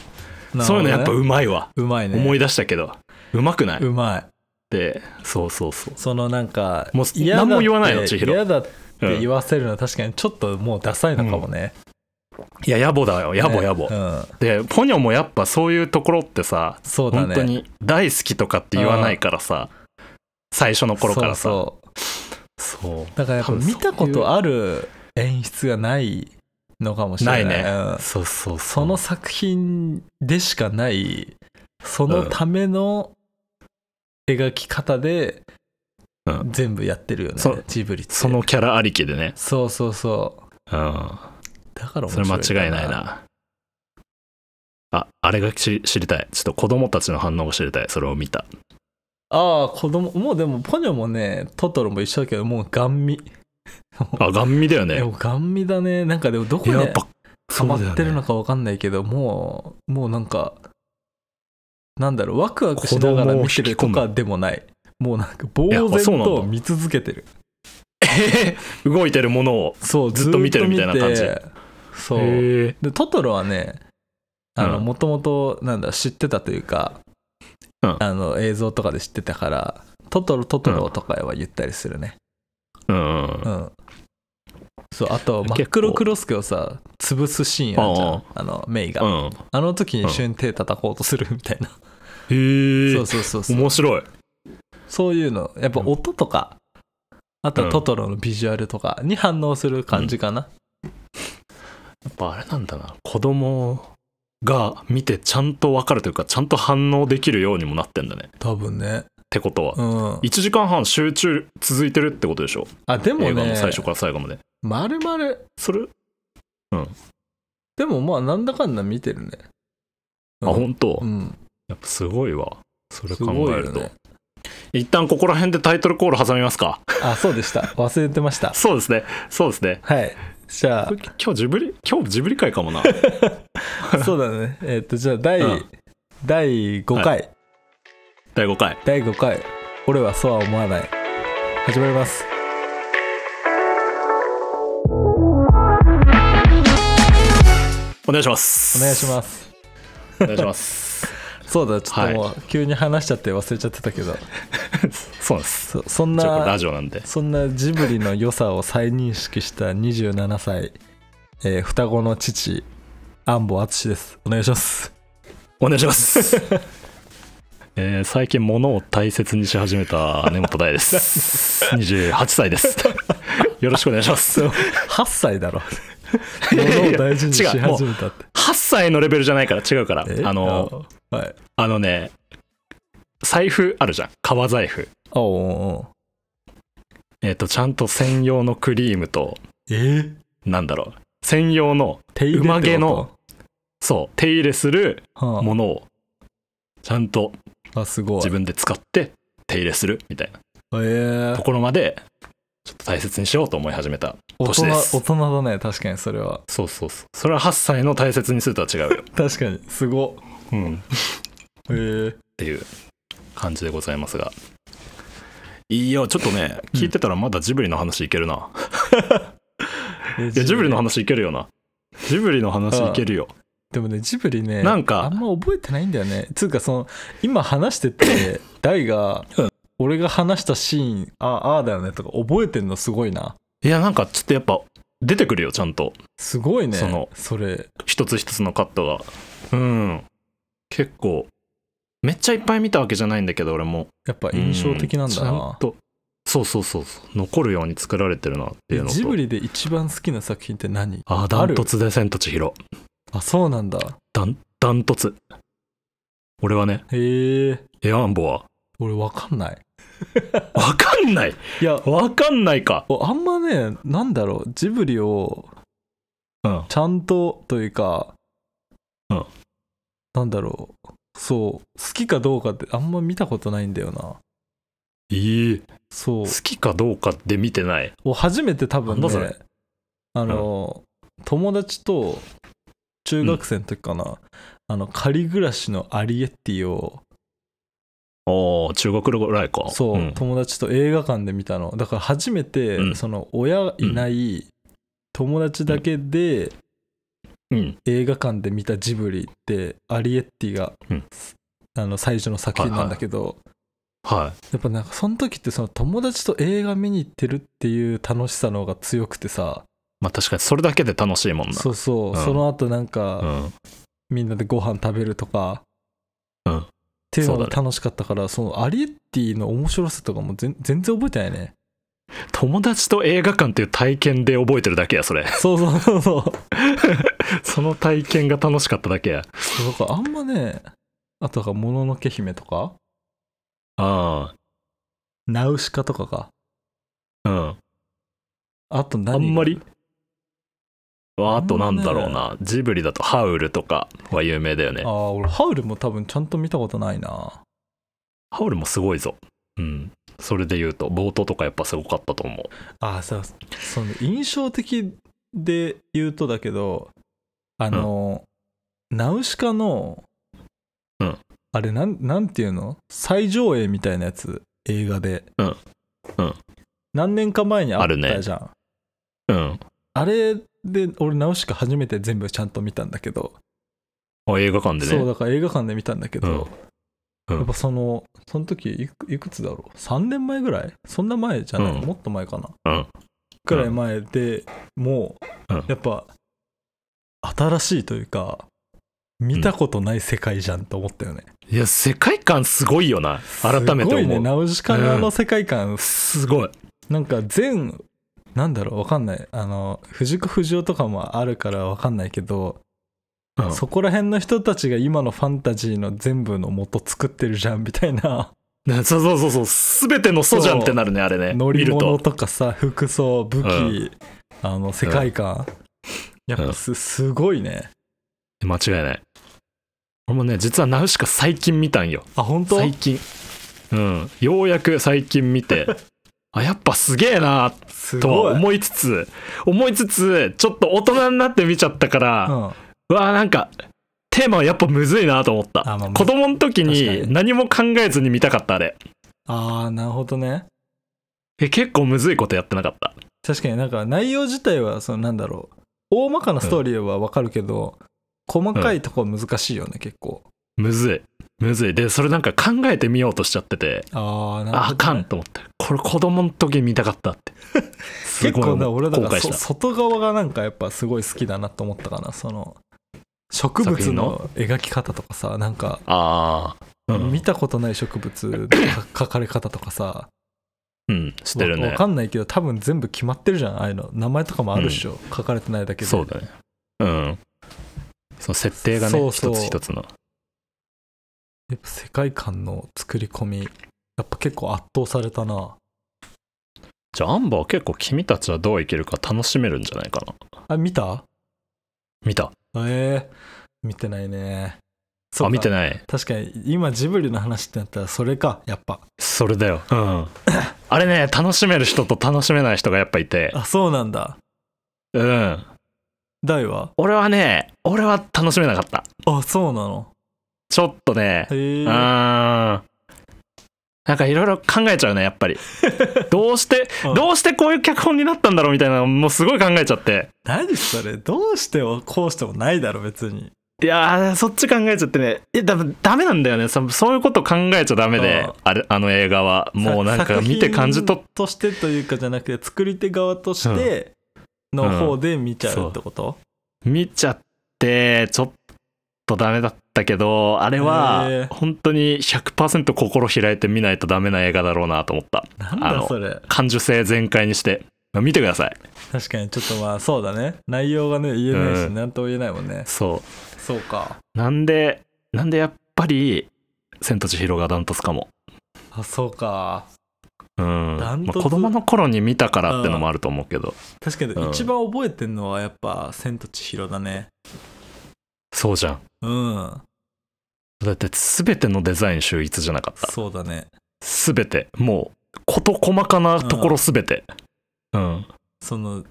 [SPEAKER 2] そういうのやっぱ
[SPEAKER 1] う
[SPEAKER 2] うまいわ、
[SPEAKER 1] うまいね
[SPEAKER 2] 思い出したけどうまくないう
[SPEAKER 1] まい
[SPEAKER 2] でそうそうそう
[SPEAKER 1] そのなんか
[SPEAKER 2] もう
[SPEAKER 1] 嫌だって
[SPEAKER 2] 何も言わないの千尋
[SPEAKER 1] 嫌だって
[SPEAKER 2] うん
[SPEAKER 1] 言わせるのは確かにちょっともうダサいのかもね、
[SPEAKER 2] いや野暮だよ野暮野暮、
[SPEAKER 1] うん
[SPEAKER 2] でポニョもやっぱそういうところってさ
[SPEAKER 1] そうだね
[SPEAKER 2] 本当に大好きとかって言わないからさ最初の頃からさそ
[SPEAKER 1] そ
[SPEAKER 2] う
[SPEAKER 1] うそうだからやっぱ見たこと
[SPEAKER 2] あ
[SPEAKER 1] ある演出がないのかもしれな
[SPEAKER 2] ないいね、
[SPEAKER 1] うん
[SPEAKER 2] そうそうそう
[SPEAKER 1] その作品でしかないそのための描き方で
[SPEAKER 2] うん
[SPEAKER 1] 全部やってるよね、
[SPEAKER 2] そう
[SPEAKER 1] ジブリって
[SPEAKER 2] そのキャラありきでね、
[SPEAKER 1] そうそうそう
[SPEAKER 2] うん、
[SPEAKER 1] だから面
[SPEAKER 2] それ
[SPEAKER 1] 白い
[SPEAKER 2] 間
[SPEAKER 1] んだ
[SPEAKER 2] 違いないなああれが知知りたいちょっと子供たちの反応が知りたいそれを見た
[SPEAKER 1] ああ子供もうでもポニョもねトトロも一緒だけどもうガン見
[SPEAKER 2] あガン見だよ
[SPEAKER 1] え
[SPEAKER 2] ね
[SPEAKER 1] ガン見だねなんかでもどこ
[SPEAKER 2] やっ
[SPEAKER 1] で
[SPEAKER 2] ぱ
[SPEAKER 1] ハマってるの
[SPEAKER 2] か
[SPEAKER 1] かわかんないけど、もうもうなんかなんだろうワクワクしながら見てるとかでもないもうなんか呆
[SPEAKER 2] いやそう
[SPEAKER 1] 然
[SPEAKER 2] なん
[SPEAKER 1] と
[SPEAKER 2] だ
[SPEAKER 1] 見続けてる
[SPEAKER 2] *laughs* 動いてるものを
[SPEAKER 1] そう
[SPEAKER 2] ずっと見てるみたいな感じ
[SPEAKER 1] ずっと見てそう
[SPEAKER 2] へえ
[SPEAKER 1] でトトロはねあの
[SPEAKER 2] うん
[SPEAKER 1] もともとなんだ知ってたというか、
[SPEAKER 2] うん
[SPEAKER 1] あの映像とかで知ってたからトトロトトロとかは言ったりするね
[SPEAKER 2] うんうん
[SPEAKER 1] うん、そうあと
[SPEAKER 2] 結
[SPEAKER 1] マ
[SPEAKER 2] 構
[SPEAKER 1] ックロクロスケをさ潰すシーンあるじゃん
[SPEAKER 2] うんうん
[SPEAKER 1] あのメイが、
[SPEAKER 2] うん
[SPEAKER 1] あの時に一瞬手叩こうとするみたいな、
[SPEAKER 2] へえ
[SPEAKER 1] そうそうそうそう
[SPEAKER 2] 面白い
[SPEAKER 1] そういうのやっぱ音とかあとはトトロのビジュアルとかに反応する感じかな、
[SPEAKER 2] やっぱあれなんだな子供が見てちゃんと分かるというかちゃんと反応できるようにもなってんだねっ
[SPEAKER 1] 多分ね
[SPEAKER 2] てことは、
[SPEAKER 1] うん
[SPEAKER 2] 1時間半集中続いてるってことでしょ
[SPEAKER 1] あでも
[SPEAKER 2] 映画
[SPEAKER 1] ね
[SPEAKER 2] の最初から最後まで
[SPEAKER 1] まるまる
[SPEAKER 2] それ、
[SPEAKER 1] でもまあなんだかんだ見てるね
[SPEAKER 2] あ本当、
[SPEAKER 1] うん
[SPEAKER 2] やっぱすごいわそれ
[SPEAKER 1] す
[SPEAKER 2] 考
[SPEAKER 1] ごい
[SPEAKER 2] え
[SPEAKER 1] よ
[SPEAKER 2] ると、
[SPEAKER 1] ね
[SPEAKER 2] 一旦ここら辺でタイトルコール挟みま
[SPEAKER 1] *laughs*
[SPEAKER 2] すか
[SPEAKER 1] あそうでした忘れてました
[SPEAKER 2] そうですねそうですね
[SPEAKER 1] はいじゃあ
[SPEAKER 2] これ今日ジブリ今日ジブリ会か
[SPEAKER 1] *laughs*
[SPEAKER 2] もな
[SPEAKER 1] そうだね。えっ、と、じゃあ、第、
[SPEAKER 2] うん
[SPEAKER 1] 第5回、
[SPEAKER 2] は第5回
[SPEAKER 1] 第5回、俺はそうは思わない。始まります。
[SPEAKER 2] お願いします
[SPEAKER 1] お願いし
[SPEAKER 2] す
[SPEAKER 1] ます。
[SPEAKER 2] お願いします
[SPEAKER 1] そうだ、ちょっともう、急に話しちゃって忘れちゃってたけど、
[SPEAKER 2] そうなんです
[SPEAKER 1] そそん
[SPEAKER 2] ちょっとラ
[SPEAKER 1] な、
[SPEAKER 2] ジオなんで
[SPEAKER 1] そんなジブリの良さを再認識した27歳、えー双子の父、安保淳です。お願いし
[SPEAKER 2] *laughs*
[SPEAKER 1] ます。
[SPEAKER 2] お願いします。 *laughs* えー最近物を大切にし始めた根本大 *laughs* です。28歳です。よろしくお願いします。8
[SPEAKER 1] 8歳
[SPEAKER 2] *laughs*
[SPEAKER 1] だろ。
[SPEAKER 2] い
[SPEAKER 1] 物
[SPEAKER 2] やいや
[SPEAKER 1] を大事にし
[SPEAKER 2] 違うもう
[SPEAKER 1] 始めたって。
[SPEAKER 2] 歳のレベルじゃないから違うから
[SPEAKER 1] え。
[SPEAKER 2] あの、、
[SPEAKER 1] あはい。
[SPEAKER 2] あのね、財布あるじゃん。革財布。
[SPEAKER 1] あおうおうおう
[SPEAKER 2] えっ、と、ちゃんと専用のクリームと、
[SPEAKER 1] えー、
[SPEAKER 2] なんだろう。専用の、
[SPEAKER 1] 手入れってこと
[SPEAKER 2] 馬毛の、そう、手入れする
[SPEAKER 1] はあ
[SPEAKER 2] ものを、ちゃんと
[SPEAKER 1] あすごい
[SPEAKER 2] 自分で使って手入れするみたいな
[SPEAKER 1] え
[SPEAKER 2] と
[SPEAKER 1] え
[SPEAKER 2] ころまで、ちょっと大切にしようと思い始めた
[SPEAKER 1] 大
[SPEAKER 2] 年
[SPEAKER 1] 人
[SPEAKER 2] です
[SPEAKER 1] 大人だね確かにそれは
[SPEAKER 2] そうそうそうそれは8歳の大切にするとは違うよ、
[SPEAKER 1] 確かにすご
[SPEAKER 2] っ
[SPEAKER 1] ええ
[SPEAKER 2] ていう感じでございますがいやちょっとね
[SPEAKER 1] うん
[SPEAKER 2] 聞いてたらまだジブリの話いけるな、
[SPEAKER 1] え
[SPEAKER 2] いやジブリの話いけるよなジブリの話いけるよ
[SPEAKER 1] でもねジブリね
[SPEAKER 2] なんか
[SPEAKER 1] あんま覚えてないんだよねつうかその今話して
[SPEAKER 2] *laughs*
[SPEAKER 1] て大が、
[SPEAKER 2] うん
[SPEAKER 1] 俺が話したシーンあああだよねとか覚えてんのすごいない
[SPEAKER 2] やなんかちょっとやっぱ出てくるよちゃんと
[SPEAKER 1] すごいね
[SPEAKER 2] その
[SPEAKER 1] それ
[SPEAKER 2] 一つ一つのカットがうん結構めっちゃいっぱい見たわけじゃないんだけど俺も
[SPEAKER 1] やっぱ印象的なんだ
[SPEAKER 2] うちゃん
[SPEAKER 1] な
[SPEAKER 2] とそうそうそうそう残るように作られてるなっていう
[SPEAKER 1] え
[SPEAKER 2] のと
[SPEAKER 1] ジブリで一番好きな作品って何
[SPEAKER 2] あダントツで「千と千尋」
[SPEAKER 1] あそうなんだ
[SPEAKER 2] ダン、ダントツ。俺はね、
[SPEAKER 1] へえ
[SPEAKER 2] エアンボは、
[SPEAKER 1] 俺わかんない
[SPEAKER 2] わかんない
[SPEAKER 1] いや
[SPEAKER 2] わかんないか
[SPEAKER 1] おあんまねなんだろうジブリを
[SPEAKER 2] うん。
[SPEAKER 1] ちゃんとというか、
[SPEAKER 2] うん
[SPEAKER 1] なんだろうそう好きかどうかってあんま見たことないんだよない
[SPEAKER 2] い
[SPEAKER 1] そう
[SPEAKER 2] 好きかどうかって見てない。
[SPEAKER 1] お初めて多分
[SPEAKER 2] なんだそれ
[SPEAKER 1] ねあの、友達と中学生の時かな、あの仮暮らしのアリエッティを
[SPEAKER 2] ああ、中学ぐらいか。
[SPEAKER 1] そう、
[SPEAKER 2] ん
[SPEAKER 1] 友達と映画館で見たのだから初めて、
[SPEAKER 2] うん
[SPEAKER 1] その親いない友達だけで、
[SPEAKER 2] うん。
[SPEAKER 1] 映画館で見たジブリってアリエッティが、
[SPEAKER 2] うん
[SPEAKER 1] あの最初の作品なんだけど、
[SPEAKER 2] は
[SPEAKER 1] やっぱなんかその時ってその友達と映画見に行ってるっていう楽しさの方が強くてさ
[SPEAKER 2] まあ確かにそれだけで楽しいもんな
[SPEAKER 1] そうそう、
[SPEAKER 2] うん
[SPEAKER 1] その後なんか、
[SPEAKER 2] うん
[SPEAKER 1] みんなでご飯食べるとか、
[SPEAKER 2] うん
[SPEAKER 1] っていうのが
[SPEAKER 2] そうだ
[SPEAKER 1] 楽しかったからそ,、のアリエッティの面白さとかも全全然覚えてないね
[SPEAKER 2] 友達と映画館っていう体験で覚えてるだけやそれ
[SPEAKER 1] そうそうそうそう
[SPEAKER 2] *laughs* その体験が楽しかっただけや
[SPEAKER 1] だからあんまねあとが「もののけ姫」とか
[SPEAKER 2] あ
[SPEAKER 1] 「ナウシカ」とかか
[SPEAKER 2] あうん
[SPEAKER 1] あと何
[SPEAKER 2] あ
[SPEAKER 1] が
[SPEAKER 2] んまりあとなんだろ
[SPEAKER 1] あん
[SPEAKER 2] う
[SPEAKER 1] ま
[SPEAKER 2] なジブリだと「ハウル」とかは有名だよね
[SPEAKER 1] ああ俺ハウルも多分ちゃんと見たことないな
[SPEAKER 2] ハウルもすごいぞうんそれで言うと冒頭とかやっぱすごかったと思
[SPEAKER 1] ああそうその印象的で言うとだけどあの、ナウシカの、
[SPEAKER 2] うん
[SPEAKER 1] あれなんなんていうの最上映みたいなやつ映画で
[SPEAKER 2] うんうん
[SPEAKER 1] 何年か前にあっ
[SPEAKER 2] あるね
[SPEAKER 1] たじゃんあ,、
[SPEAKER 2] ううん
[SPEAKER 1] れで俺ナウシカ初めて全部ちゃんと見たんだけど、
[SPEAKER 2] あ映画館でね
[SPEAKER 1] そうだから映画館で見たんだけど、
[SPEAKER 2] うんうん
[SPEAKER 1] やっぱそのその時いくいくつだろう3年前ぐらいそんな前じゃない、
[SPEAKER 2] うん
[SPEAKER 1] もっと前かな
[SPEAKER 2] うん
[SPEAKER 1] くらい前でもう
[SPEAKER 2] うん
[SPEAKER 1] やっぱ新しいというか見たことない世界じゃんと思ったよね、
[SPEAKER 2] いや世界観すごいよな改め
[SPEAKER 1] す
[SPEAKER 2] て
[SPEAKER 1] ごいね
[SPEAKER 2] 思う
[SPEAKER 1] ナウシカのあの世界観、
[SPEAKER 2] すごい
[SPEAKER 1] なんか全なんだろうわかんないあの藤子不二雄とかもあるからわかんないけど、
[SPEAKER 2] うん
[SPEAKER 1] そこら辺の人たちが今のファンタジーの全部の元作ってるじゃんみたいな
[SPEAKER 2] ねそうそうそうそう全ての「ソじゃん」ってなるねあれね
[SPEAKER 1] 乗
[SPEAKER 2] 見
[SPEAKER 1] り
[SPEAKER 2] る
[SPEAKER 1] 物
[SPEAKER 2] と
[SPEAKER 1] とかさ服装武器、
[SPEAKER 2] うん
[SPEAKER 1] あの世界観、やっぱすすごいね
[SPEAKER 2] 間違いない俺もね実はナウシカ最近見たんよ
[SPEAKER 1] あ本当
[SPEAKER 2] 最近うんようやく最近見
[SPEAKER 1] *laughs*
[SPEAKER 2] てあやっぱすげえな
[SPEAKER 1] す
[SPEAKER 2] とは
[SPEAKER 1] ごい
[SPEAKER 2] 思いつつ思いつつちょっと大人になって見ちゃったから、
[SPEAKER 1] う
[SPEAKER 2] うんわーなんかテーマはやっぱむずいなと思った、
[SPEAKER 1] あまあ
[SPEAKER 2] 子供の時
[SPEAKER 1] 確か
[SPEAKER 2] に
[SPEAKER 1] に
[SPEAKER 2] 何も考えずに見たかったあれ
[SPEAKER 1] ああなるほどね
[SPEAKER 2] え結構むずいことやってなかった
[SPEAKER 1] 確かになんか内容自体はそのなんだろう大まかなストーリーはわかるけど、細かいとこ難しいよね、結構
[SPEAKER 2] むずいむずいでそれなんか考えてみようとしちゃってて
[SPEAKER 1] ああなるほど、ね、
[SPEAKER 2] ああかんと思ってこれ子供の時見たかったって
[SPEAKER 1] *laughs*
[SPEAKER 2] す
[SPEAKER 1] 結
[SPEAKER 2] ごい
[SPEAKER 1] 構ね
[SPEAKER 2] 思う
[SPEAKER 1] 俺だか
[SPEAKER 2] 後
[SPEAKER 1] ら
[SPEAKER 2] 悔し
[SPEAKER 1] そ
[SPEAKER 2] た
[SPEAKER 1] 外側がなんかやっぱすごい好きだなと思ったかなその植
[SPEAKER 2] 作
[SPEAKER 1] 物
[SPEAKER 2] 品の
[SPEAKER 1] の描き方とかさなんか
[SPEAKER 2] ああうん、
[SPEAKER 1] 見たことない植物のか描かれ方とかさ
[SPEAKER 2] うん、して
[SPEAKER 1] わ
[SPEAKER 2] るね
[SPEAKER 1] わかんないけど多分全部決まってるじゃんああいうの名前とかもあるっしょ、書かれてないだけで
[SPEAKER 2] そうだねうんその設定がね
[SPEAKER 1] そうそう
[SPEAKER 2] 一つ一つの
[SPEAKER 1] やっぱ世界観の作り込みやっぱ結構圧倒されたな
[SPEAKER 2] じゃあアンバーは結構君たちはどう生きるか楽しめるんじゃないかな
[SPEAKER 1] あ見た
[SPEAKER 2] 見た
[SPEAKER 1] ええ見てないね
[SPEAKER 2] あ見て
[SPEAKER 1] い
[SPEAKER 2] ない
[SPEAKER 1] 確かに今ジブリの話ってなったらそれかやっぱ
[SPEAKER 2] それだようん *coughs* あれね楽しめる人と楽しめない人がやっぱいて
[SPEAKER 1] あそうなんだ
[SPEAKER 2] うん
[SPEAKER 1] 大は
[SPEAKER 2] 俺はね俺は楽しめなかった
[SPEAKER 1] あそうなの
[SPEAKER 2] ちょっとね
[SPEAKER 1] へえ
[SPEAKER 2] あーなんかいろいろ考えちゃうねやっぱ *laughs* りどうして、
[SPEAKER 1] うん
[SPEAKER 2] どうしてこういう脚本になったんだろうみたいなのもうすごい考えちゃって
[SPEAKER 1] 何それどうしてもこうしてもないだろ別に
[SPEAKER 2] いやーそっち考えちゃってねえだダメなんだよねそそういうこと考えちゃダメで、
[SPEAKER 1] うん
[SPEAKER 2] あれあの映画はもうなん
[SPEAKER 1] さ
[SPEAKER 2] か見て感じ取っ
[SPEAKER 1] 作品としてというかじゃなくて作り手側としての方で見ちゃうってこと、
[SPEAKER 2] 見ちゃってちょっとダメだったけどあれ
[SPEAKER 1] へ
[SPEAKER 2] は
[SPEAKER 1] ー
[SPEAKER 2] 本当に100%心開いて見ないとダメな映画だろうなと思った
[SPEAKER 1] な
[SPEAKER 2] あ
[SPEAKER 1] んだ
[SPEAKER 2] の
[SPEAKER 1] それ
[SPEAKER 2] 感受性全開にして見てください
[SPEAKER 1] 確かにちょっとまあそうだね内容がね言えないし
[SPEAKER 2] うん
[SPEAKER 1] 何とも言えないもんね、
[SPEAKER 2] そう
[SPEAKER 1] そうか
[SPEAKER 2] なんで、なんでやっぱり、千と千尋がダントツかも。
[SPEAKER 1] あそうか
[SPEAKER 2] うん。
[SPEAKER 1] ダ
[SPEAKER 2] ま
[SPEAKER 1] ン
[SPEAKER 2] あ、
[SPEAKER 1] トツ
[SPEAKER 2] 子供の頃に見たからってのもあると思うけど、
[SPEAKER 1] 確かに
[SPEAKER 2] うん
[SPEAKER 1] 一番覚えてんのはやっぱ「千と千尋」だね
[SPEAKER 2] そうじゃん。
[SPEAKER 1] うん
[SPEAKER 2] だって全てのデザイン秀逸じゃなかった。
[SPEAKER 1] そうだね
[SPEAKER 2] 全て、もう、事細かなところ全て。うん。
[SPEAKER 1] その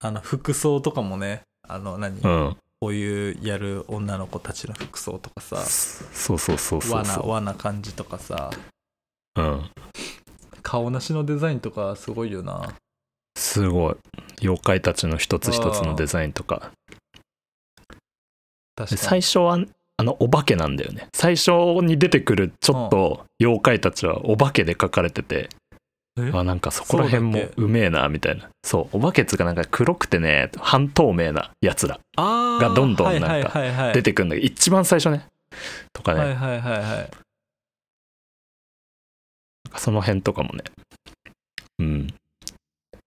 [SPEAKER 1] あの服装とかもねあの何、
[SPEAKER 2] うん。
[SPEAKER 1] こういうやる女の子たちの服装とかさ
[SPEAKER 2] そうそうそうそ
[SPEAKER 1] わ
[SPEAKER 2] う
[SPEAKER 1] な
[SPEAKER 2] そ
[SPEAKER 1] わな感じとかさ
[SPEAKER 2] う。うん。
[SPEAKER 1] 顔なしのデザインとかすごいよな
[SPEAKER 2] すごい。妖怪たちの一つ一つのデザインとか。で
[SPEAKER 1] 確か
[SPEAKER 2] 最
[SPEAKER 1] に
[SPEAKER 2] 初は、あの、お化けなんだよね。最初に出てくる、ちょっと、妖怪たちはお化けで描かれてて、
[SPEAKER 1] え
[SPEAKER 2] あなんかそこら辺
[SPEAKER 1] そう
[SPEAKER 2] も
[SPEAKER 1] だっけ
[SPEAKER 2] うめえなみたいなそうお化けつうかなんか黒くてね半透明なやつら
[SPEAKER 1] あー
[SPEAKER 2] がどんどんなんか
[SPEAKER 1] はいはいはいはい
[SPEAKER 2] 出てくるんだけど、一番最初ねとかね、
[SPEAKER 1] はいはいはいはい
[SPEAKER 2] その辺とかもねうん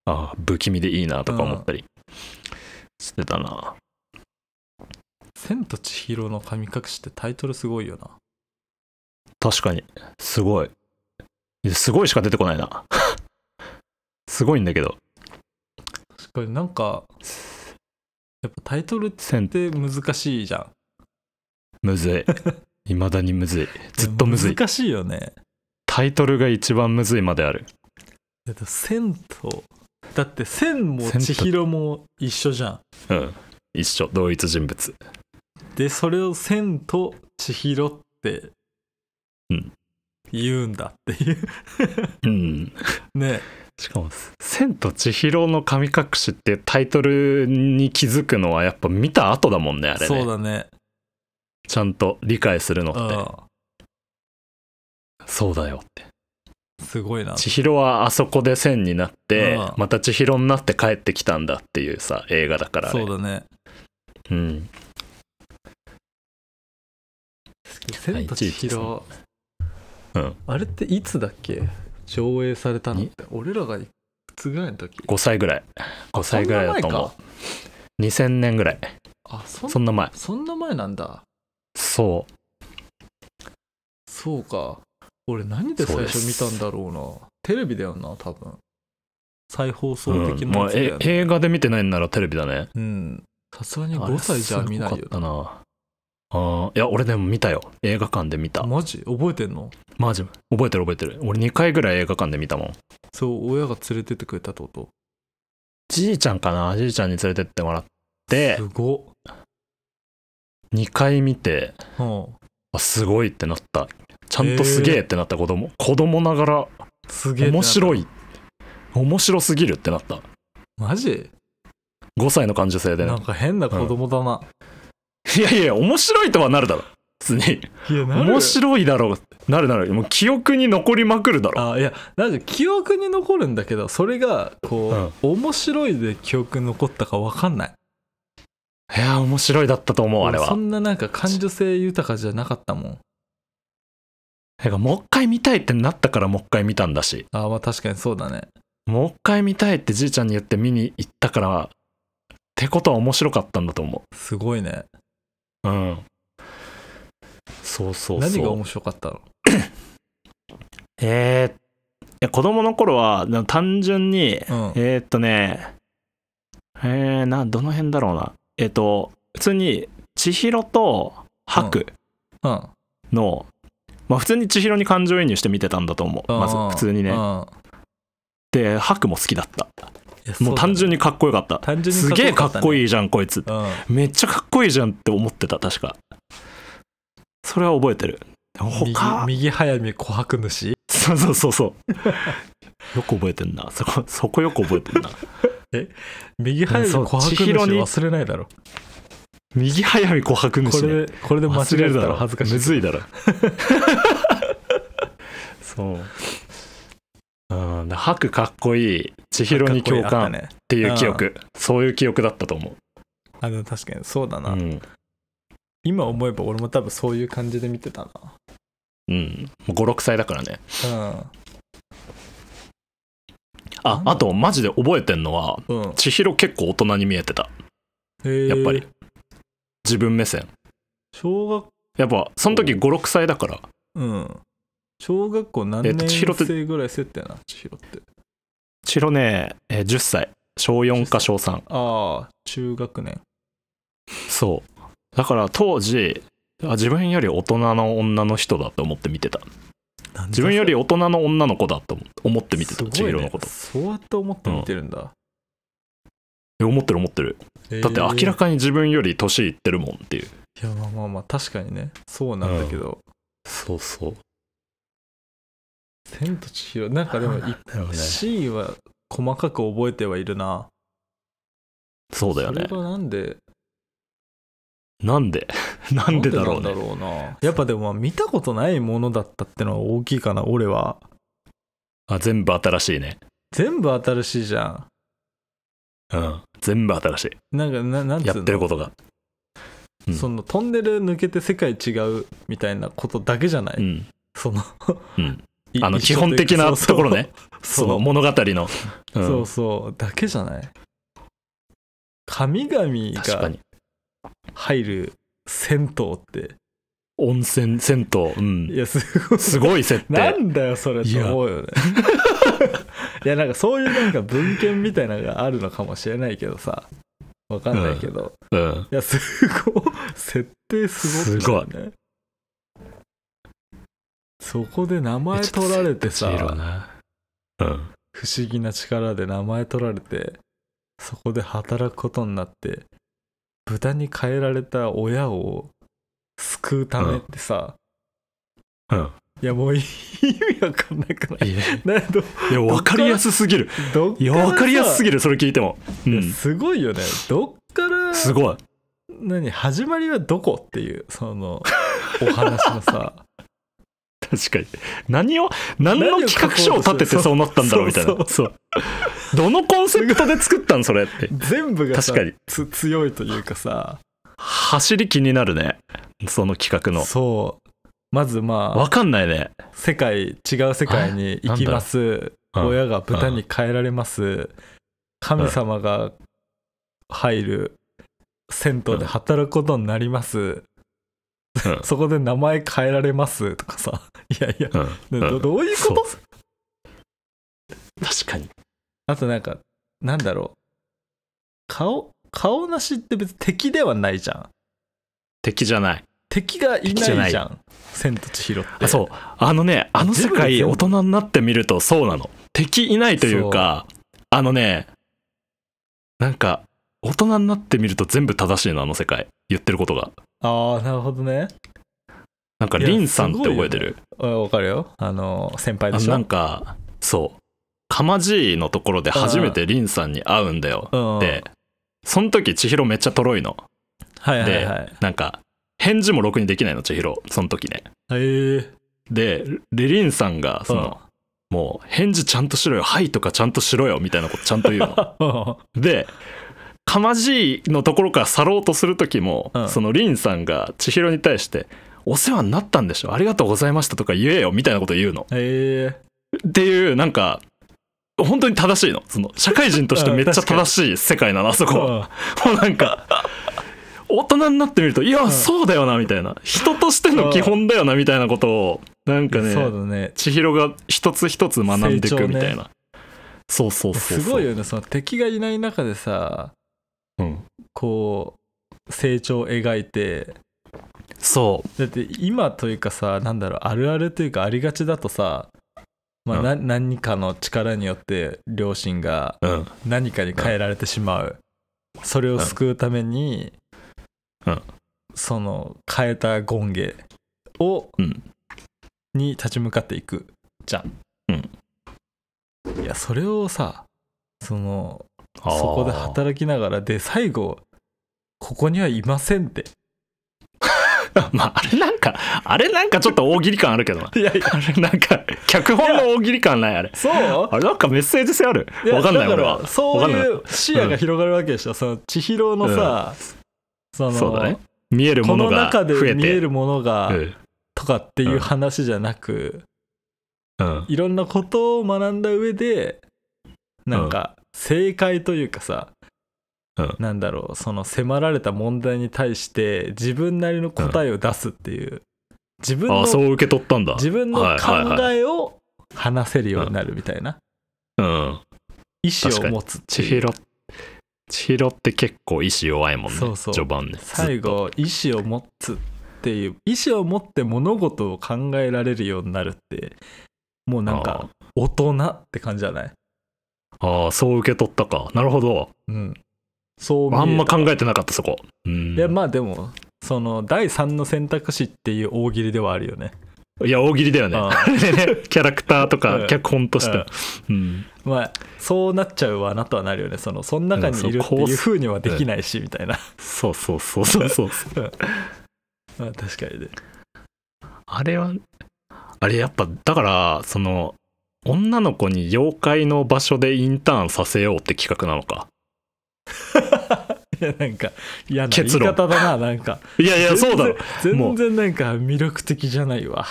[SPEAKER 2] ああ不気味でいいなとか思ったりしてたな、
[SPEAKER 1] 「千と千尋の神隠し」ってタイトルすごいよな
[SPEAKER 2] 確かにすごいいやすごいしか出てこない *laughs* なすごいんだけど
[SPEAKER 1] 確かになんかやっぱタイトルっ
[SPEAKER 2] せん
[SPEAKER 1] て難しいじゃん
[SPEAKER 2] むず
[SPEAKER 1] *laughs*
[SPEAKER 2] いいまだにむずいずっとむずい
[SPEAKER 1] 難しいよね
[SPEAKER 2] タイトルが一番むずいまである
[SPEAKER 1] だって千とだって千も千尋も一緒じゃん
[SPEAKER 2] うん一緒同一人物
[SPEAKER 1] でそれを千と千尋って
[SPEAKER 2] うん
[SPEAKER 1] 言うんだっていう *laughs*
[SPEAKER 2] うん
[SPEAKER 1] ね
[SPEAKER 2] しかも「千と千尋の神隠し」っていうタイトルに気づくのはやっぱ見た後だもんねあれね
[SPEAKER 1] そうだね
[SPEAKER 2] ちゃんと理解するのって
[SPEAKER 1] う
[SPEAKER 2] そうだよって
[SPEAKER 1] んすごいな
[SPEAKER 2] 千尋はあそこで千になって、
[SPEAKER 1] うん
[SPEAKER 2] また千尋になって帰ってきたんだっていうさ映画だからあれ
[SPEAKER 1] そうだね
[SPEAKER 2] うん
[SPEAKER 1] 千と千尋、
[SPEAKER 2] うん
[SPEAKER 1] あれっていつだっけ上映されたのって俺らがいくつぐらいの時
[SPEAKER 2] 5歳ぐらい5歳ぐらいだと思う2000年ぐらい
[SPEAKER 1] あそん
[SPEAKER 2] そんな前
[SPEAKER 1] そんな前なんだ
[SPEAKER 2] そう
[SPEAKER 1] そうか俺何で最初見たんだろうなテレビだよな多分再放送的
[SPEAKER 2] うん
[SPEAKER 1] な
[SPEAKER 2] も
[SPEAKER 1] や
[SPEAKER 2] う
[SPEAKER 1] つだ
[SPEAKER 2] え
[SPEAKER 1] よね
[SPEAKER 2] 映画で見てないんならテレビだね
[SPEAKER 1] うんさすがに
[SPEAKER 2] あれ
[SPEAKER 1] 5歳じゃ見ない
[SPEAKER 2] す
[SPEAKER 1] よ
[SPEAKER 2] ごかったなあーいや俺でも見たよ映画館で見た
[SPEAKER 1] マジ覚えてんの
[SPEAKER 2] マジ覚えてる覚えてる俺2回ぐらい映画館で見たもん
[SPEAKER 1] そう親が連れてってくれたってこと
[SPEAKER 2] じいちゃんかなじいちゃんに連れてってもらって
[SPEAKER 1] すご
[SPEAKER 2] 2回見て
[SPEAKER 1] っ、うん、
[SPEAKER 2] あすごいってなったちゃんとすげえってなった子供、子供ながら
[SPEAKER 1] すげえ
[SPEAKER 2] 面白
[SPEAKER 1] い
[SPEAKER 2] い面白すぎるってなった
[SPEAKER 1] マジ
[SPEAKER 2] 5歳の感受性でね
[SPEAKER 1] なんか変な子供だな、
[SPEAKER 2] *laughs* いやいや面白いとはなるだろ普通に
[SPEAKER 1] いやなる
[SPEAKER 2] 面白いだろうなるなるもう記憶に残りまくるだろ
[SPEAKER 1] あいやなんか記憶に残るんだけどそれがこう、面白いで記憶に残ったか分かんない
[SPEAKER 2] いや面白いだったと思うあれ
[SPEAKER 1] そ
[SPEAKER 2] は
[SPEAKER 1] んななんか感受性豊かじゃなかったもん
[SPEAKER 2] てかもう一回見たいってなったからもう一回見たんだし
[SPEAKER 1] あまあ確かにそうだね
[SPEAKER 2] もう一回見たいってじいちゃんに言って見に行ったからってことは面白かったんだと思
[SPEAKER 1] すごいね
[SPEAKER 2] ううんそうそうそう
[SPEAKER 1] 何が面白かったの
[SPEAKER 2] えーいや子供の頃はな単純に、
[SPEAKER 1] うん
[SPEAKER 2] えーっとねえー、などの辺だろうなえーっと普通に千尋と白
[SPEAKER 1] うん
[SPEAKER 2] の、まあ普通に千尋に感情移入して見てたんだと思う
[SPEAKER 1] うん
[SPEAKER 2] まず普通にね
[SPEAKER 1] うん
[SPEAKER 2] で白も好きだった
[SPEAKER 1] いやそうだね
[SPEAKER 2] もう単純にかっこよかった
[SPEAKER 1] 単純に
[SPEAKER 2] すげえかっこ
[SPEAKER 1] い
[SPEAKER 2] いいじゃんこいつ
[SPEAKER 1] うん
[SPEAKER 2] めっちゃかっこいいじゃんって思ってた確かそれは覚えてる
[SPEAKER 1] 右
[SPEAKER 2] 他
[SPEAKER 1] 右早見琥珀主
[SPEAKER 2] そうそうそう *laughs* そうよく覚えてんなそこそこよく覚
[SPEAKER 1] *laughs*
[SPEAKER 2] えてんな
[SPEAKER 1] 右早見
[SPEAKER 2] そう
[SPEAKER 1] 琥珀主
[SPEAKER 2] 千尋に
[SPEAKER 1] 忘れないだろ
[SPEAKER 2] 右早見琥珀
[SPEAKER 1] こ
[SPEAKER 2] 主ね
[SPEAKER 1] れでこれで間違
[SPEAKER 2] 忘れ
[SPEAKER 1] え
[SPEAKER 2] る
[SPEAKER 1] た
[SPEAKER 2] だ
[SPEAKER 1] ら
[SPEAKER 2] ろ
[SPEAKER 1] 恥ずかしい
[SPEAKER 2] むずいだろ *laughs* そううん白かっこいい千尋に共
[SPEAKER 1] かっこいいあった
[SPEAKER 2] 感っ
[SPEAKER 1] ね
[SPEAKER 2] ていう記憶、そういう記憶だったと思
[SPEAKER 1] あでも確かにそうだ
[SPEAKER 2] う
[SPEAKER 1] な、
[SPEAKER 2] うん、
[SPEAKER 1] 今思えば俺も多分そういう感じで見てた
[SPEAKER 2] うん、56歳だからね
[SPEAKER 1] な
[SPEAKER 2] ああとマジで覚えてんのは
[SPEAKER 1] うんうん
[SPEAKER 2] 千尋結構大人に見えてたやっぱ
[SPEAKER 1] へ
[SPEAKER 2] り
[SPEAKER 1] ー
[SPEAKER 2] 自分目線
[SPEAKER 1] 小学
[SPEAKER 2] やっぱその時56歳だから
[SPEAKER 1] うん小学校何
[SPEAKER 2] えっと
[SPEAKER 1] 年
[SPEAKER 2] 千尋って
[SPEAKER 1] 生ぐらい設定な千尋って
[SPEAKER 2] 千尋ね、えー10歳小4か小3
[SPEAKER 1] ああ中学年
[SPEAKER 2] そうだから当時あ自分より大人の女の人だと思って見てた自分より大人の女の子だと思って見てた、
[SPEAKER 1] す
[SPEAKER 2] 千
[SPEAKER 1] ごいね
[SPEAKER 2] 尋のこと
[SPEAKER 1] そうやって思って見てるんだ、
[SPEAKER 2] え思ってる思ってるだって明ら
[SPEAKER 1] か
[SPEAKER 2] かに自分より年いってるもんっていう
[SPEAKER 1] いやまあまあまあ確かにねそうなんだけど
[SPEAKER 2] そうそう
[SPEAKER 1] 「千と千尋」なんかで
[SPEAKER 2] *laughs*
[SPEAKER 1] もい
[SPEAKER 2] だよね
[SPEAKER 1] C は細かく覚えてはいるな
[SPEAKER 2] そうだよね
[SPEAKER 1] それがなんで
[SPEAKER 2] なんで *laughs* なんでだろう
[SPEAKER 1] なん
[SPEAKER 2] ね
[SPEAKER 1] でなんだろうなやっぱでもまあ見たことないものだったってのは大きいかな俺は
[SPEAKER 2] あ全部新しいね
[SPEAKER 1] 全部新しいじゃ
[SPEAKER 2] うん全部新し
[SPEAKER 1] んなんかななん
[SPEAKER 2] い
[SPEAKER 1] つ
[SPEAKER 2] や
[SPEAKER 1] うの
[SPEAKER 2] ってることがうん
[SPEAKER 1] そのトンネル抜けて世界違うみたいなことだけじゃない、
[SPEAKER 2] うん
[SPEAKER 1] その
[SPEAKER 2] うん
[SPEAKER 1] *laughs* い
[SPEAKER 2] あの
[SPEAKER 1] 一
[SPEAKER 2] 基
[SPEAKER 1] 緒いう
[SPEAKER 2] 本的なところね
[SPEAKER 1] そ
[SPEAKER 2] そうの物語 *laughs* の、う
[SPEAKER 1] そう,、
[SPEAKER 2] ん
[SPEAKER 1] そうそうだけじゃない神々
[SPEAKER 2] 確か
[SPEAKER 1] が
[SPEAKER 2] に
[SPEAKER 1] 入る銭湯って
[SPEAKER 2] 温泉銭湯う
[SPEAKER 1] い
[SPEAKER 2] ん
[SPEAKER 1] やすごい
[SPEAKER 2] すごい設
[SPEAKER 1] な
[SPEAKER 2] 定
[SPEAKER 1] んだよそれと思うよねいや *laughs* なんかそういうなんか文献みたいなのがあるのかもしれないけどさわかんないけど、
[SPEAKER 2] うん
[SPEAKER 1] いやすごい設定すごくないねそこで名前取られて
[SPEAKER 2] シールは
[SPEAKER 1] さ
[SPEAKER 2] なうん
[SPEAKER 1] 不思議な力で名前取られてそこで働くことになって豚に変えられた親を救うためってさ、
[SPEAKER 2] うん
[SPEAKER 1] いやもう意味わかんなくない
[SPEAKER 2] いやい
[SPEAKER 1] なんど
[SPEAKER 2] や分かりやすすぎる
[SPEAKER 1] どっ
[SPEAKER 2] いや分かりやすす
[SPEAKER 1] ぎ
[SPEAKER 2] ぎるそれ聞いても、うん、
[SPEAKER 1] すごいよねどっから
[SPEAKER 2] すごい
[SPEAKER 1] 何始まりはどこっていうそ
[SPEAKER 2] *laughs*
[SPEAKER 1] のお話のさ
[SPEAKER 2] 確かに何を何の企画書を立ててそうなったんだろうみたいな
[SPEAKER 1] そう
[SPEAKER 2] そうどのコンセプトで作ったんそれって
[SPEAKER 1] 全部がさ
[SPEAKER 2] 確かに
[SPEAKER 1] つ強いというかさ
[SPEAKER 2] 走り気になるねその企画の
[SPEAKER 1] そうまずま
[SPEAKER 2] 分かんないね
[SPEAKER 1] あ世界違う世界に行きます
[SPEAKER 2] なんだろううん
[SPEAKER 1] 親が豚に変えられます神様が入る銭湯で働くことになります、
[SPEAKER 2] うん
[SPEAKER 1] そこで名前変えられますとかさいやいや、
[SPEAKER 2] うん
[SPEAKER 1] ど
[SPEAKER 2] うん
[SPEAKER 1] どういうこと
[SPEAKER 2] 確かに
[SPEAKER 1] あとなんかなんだろう顔顔なしって別に敵ではないじゃん
[SPEAKER 2] 敵じゃない
[SPEAKER 1] 敵がい
[SPEAKER 2] 敵じゃ
[SPEAKER 1] な
[SPEAKER 2] ないい
[SPEAKER 1] じゃん「千と千尋」って
[SPEAKER 2] あそうあのねあの世界
[SPEAKER 1] 全部全
[SPEAKER 2] 大
[SPEAKER 1] 部
[SPEAKER 2] 人になってみるとそうなの敵いないというかあのねなんか大人になってみると全部正しいのあの世界言ってることが
[SPEAKER 1] ああなるほどね
[SPEAKER 2] なんか
[SPEAKER 1] いや
[SPEAKER 2] リンさんって
[SPEAKER 1] すごいよ
[SPEAKER 2] 覚
[SPEAKER 1] ね
[SPEAKER 2] えてる
[SPEAKER 1] うんわかるよあの先輩で
[SPEAKER 2] あ
[SPEAKER 1] し
[SPEAKER 2] な
[SPEAKER 1] ょ
[SPEAKER 2] んかそうかまじいのところで初めてリンさんに会うんだよ
[SPEAKER 1] うん
[SPEAKER 2] でその時千尋めっちゃとろいの
[SPEAKER 1] はいはい
[SPEAKER 2] で、
[SPEAKER 1] はい
[SPEAKER 2] なんか返事もろくにできないの千尋その時ね
[SPEAKER 1] へえ
[SPEAKER 2] でリリンさんがその、もう返事ちゃんとしろよ「はい」とかちゃんとしろよみたいなことちゃんと
[SPEAKER 1] *laughs*
[SPEAKER 2] 言うのでかまじいのところから去ろうとする時も、
[SPEAKER 1] うん
[SPEAKER 2] そのリンさんが千尋に対して「お世話になったんでしょありがとうございました」とか言えよみたいなこと言うの
[SPEAKER 1] へえ
[SPEAKER 2] っていうなんか本当に正しいのその社会人としてめっちゃ正しい世界なのあそ *laughs* こはもうなんか大人になってみるといや、
[SPEAKER 1] うん
[SPEAKER 2] そうだよなみたいな人としての基本だよなみたいなことをなんか
[SPEAKER 1] そう
[SPEAKER 2] ね
[SPEAKER 1] だね
[SPEAKER 2] 千尋が一つ一つ学んでい
[SPEAKER 1] 成長
[SPEAKER 2] く
[SPEAKER 1] ね
[SPEAKER 2] みたいな、そうそうそうそう
[SPEAKER 1] すごいよねその敵がいない中でさ
[SPEAKER 2] うん
[SPEAKER 1] こう成長を描いて
[SPEAKER 2] そう
[SPEAKER 1] だって今というかさなんだろうあるあるというかありがちだとさまあ、
[SPEAKER 2] うん
[SPEAKER 1] な何かの力によって両親が
[SPEAKER 2] うん
[SPEAKER 1] 何かに変えられてしまう、それを救うために、
[SPEAKER 2] うん
[SPEAKER 1] その変えた権下を、
[SPEAKER 2] うん
[SPEAKER 1] に立ち向かっていくじゃん、いやそれをさその
[SPEAKER 2] あ
[SPEAKER 1] そ
[SPEAKER 2] ー
[SPEAKER 1] こで働きながらで最後ここにはいませんって
[SPEAKER 2] *laughs* まああれなんかあれなんかちょっと大喜利感あるけどな
[SPEAKER 1] いやいや
[SPEAKER 2] あれなんか脚本の大喜利感ないあれ
[SPEAKER 1] *laughs* そう
[SPEAKER 2] あれなんかメッセージ性ある
[SPEAKER 1] や
[SPEAKER 2] わかんない
[SPEAKER 1] だ
[SPEAKER 2] 俺
[SPEAKER 1] から
[SPEAKER 2] は
[SPEAKER 1] そう
[SPEAKER 2] わかん
[SPEAKER 1] い
[SPEAKER 2] な
[SPEAKER 1] う視野が広がるわけでしょ、その千尋のさ、その
[SPEAKER 2] そうだね見える
[SPEAKER 1] こ
[SPEAKER 2] もの
[SPEAKER 1] の
[SPEAKER 2] が
[SPEAKER 1] 中で
[SPEAKER 2] 増えて
[SPEAKER 1] 見えるものが、
[SPEAKER 2] うん
[SPEAKER 1] とかっていううん話じゃなく、
[SPEAKER 2] うん
[SPEAKER 1] いろんなことを学んだ上でなんか正解というかさ、
[SPEAKER 2] うん
[SPEAKER 1] なんだろうその迫られた問題に対して自分なりの答えを出すっていう、自分
[SPEAKER 2] あ
[SPEAKER 1] の
[SPEAKER 2] あそう受け取ったんだ
[SPEAKER 1] 自分の
[SPEAKER 2] はいはいはい
[SPEAKER 1] 考えを話せるようになるみたいな、
[SPEAKER 2] うん
[SPEAKER 1] 意思を持つって
[SPEAKER 2] 千
[SPEAKER 1] いう
[SPEAKER 2] 尋千尋って結構意志弱いもんね
[SPEAKER 1] そうそう
[SPEAKER 2] 序盤ね
[SPEAKER 1] 最後意思を持つっていう意思を持って物事を考えられるようになるってもうなんか大人って感じじゃない、
[SPEAKER 2] ああそう受け取ったかなるほど
[SPEAKER 1] うん、そう見え
[SPEAKER 2] あ
[SPEAKER 1] た
[SPEAKER 2] んま考えてなかったそこう
[SPEAKER 1] い
[SPEAKER 2] ん
[SPEAKER 1] やまあでもその第3の選択肢っていう大喜利ではあるよね
[SPEAKER 2] いや大喜利だよね *laughs*
[SPEAKER 1] あ
[SPEAKER 2] でねキャラクターと
[SPEAKER 1] うん
[SPEAKER 2] か脚本としてうん
[SPEAKER 1] まあそうなっちゃうわなとはなるよねそのその中にいるっていうふうにはできないしみたいな、 *laughs*
[SPEAKER 2] そうそうそうそうそうそう
[SPEAKER 1] まあ確かにね
[SPEAKER 2] あれはあれやっぱだからその女の子に妖怪の場所でインターンさせようって企画なのか
[SPEAKER 1] いやなんか嫌な言い
[SPEAKER 2] 結論
[SPEAKER 1] 方だななんか
[SPEAKER 2] い *laughs* やいやそうだろもう
[SPEAKER 1] 全然全然なんか魅力的じゃないわ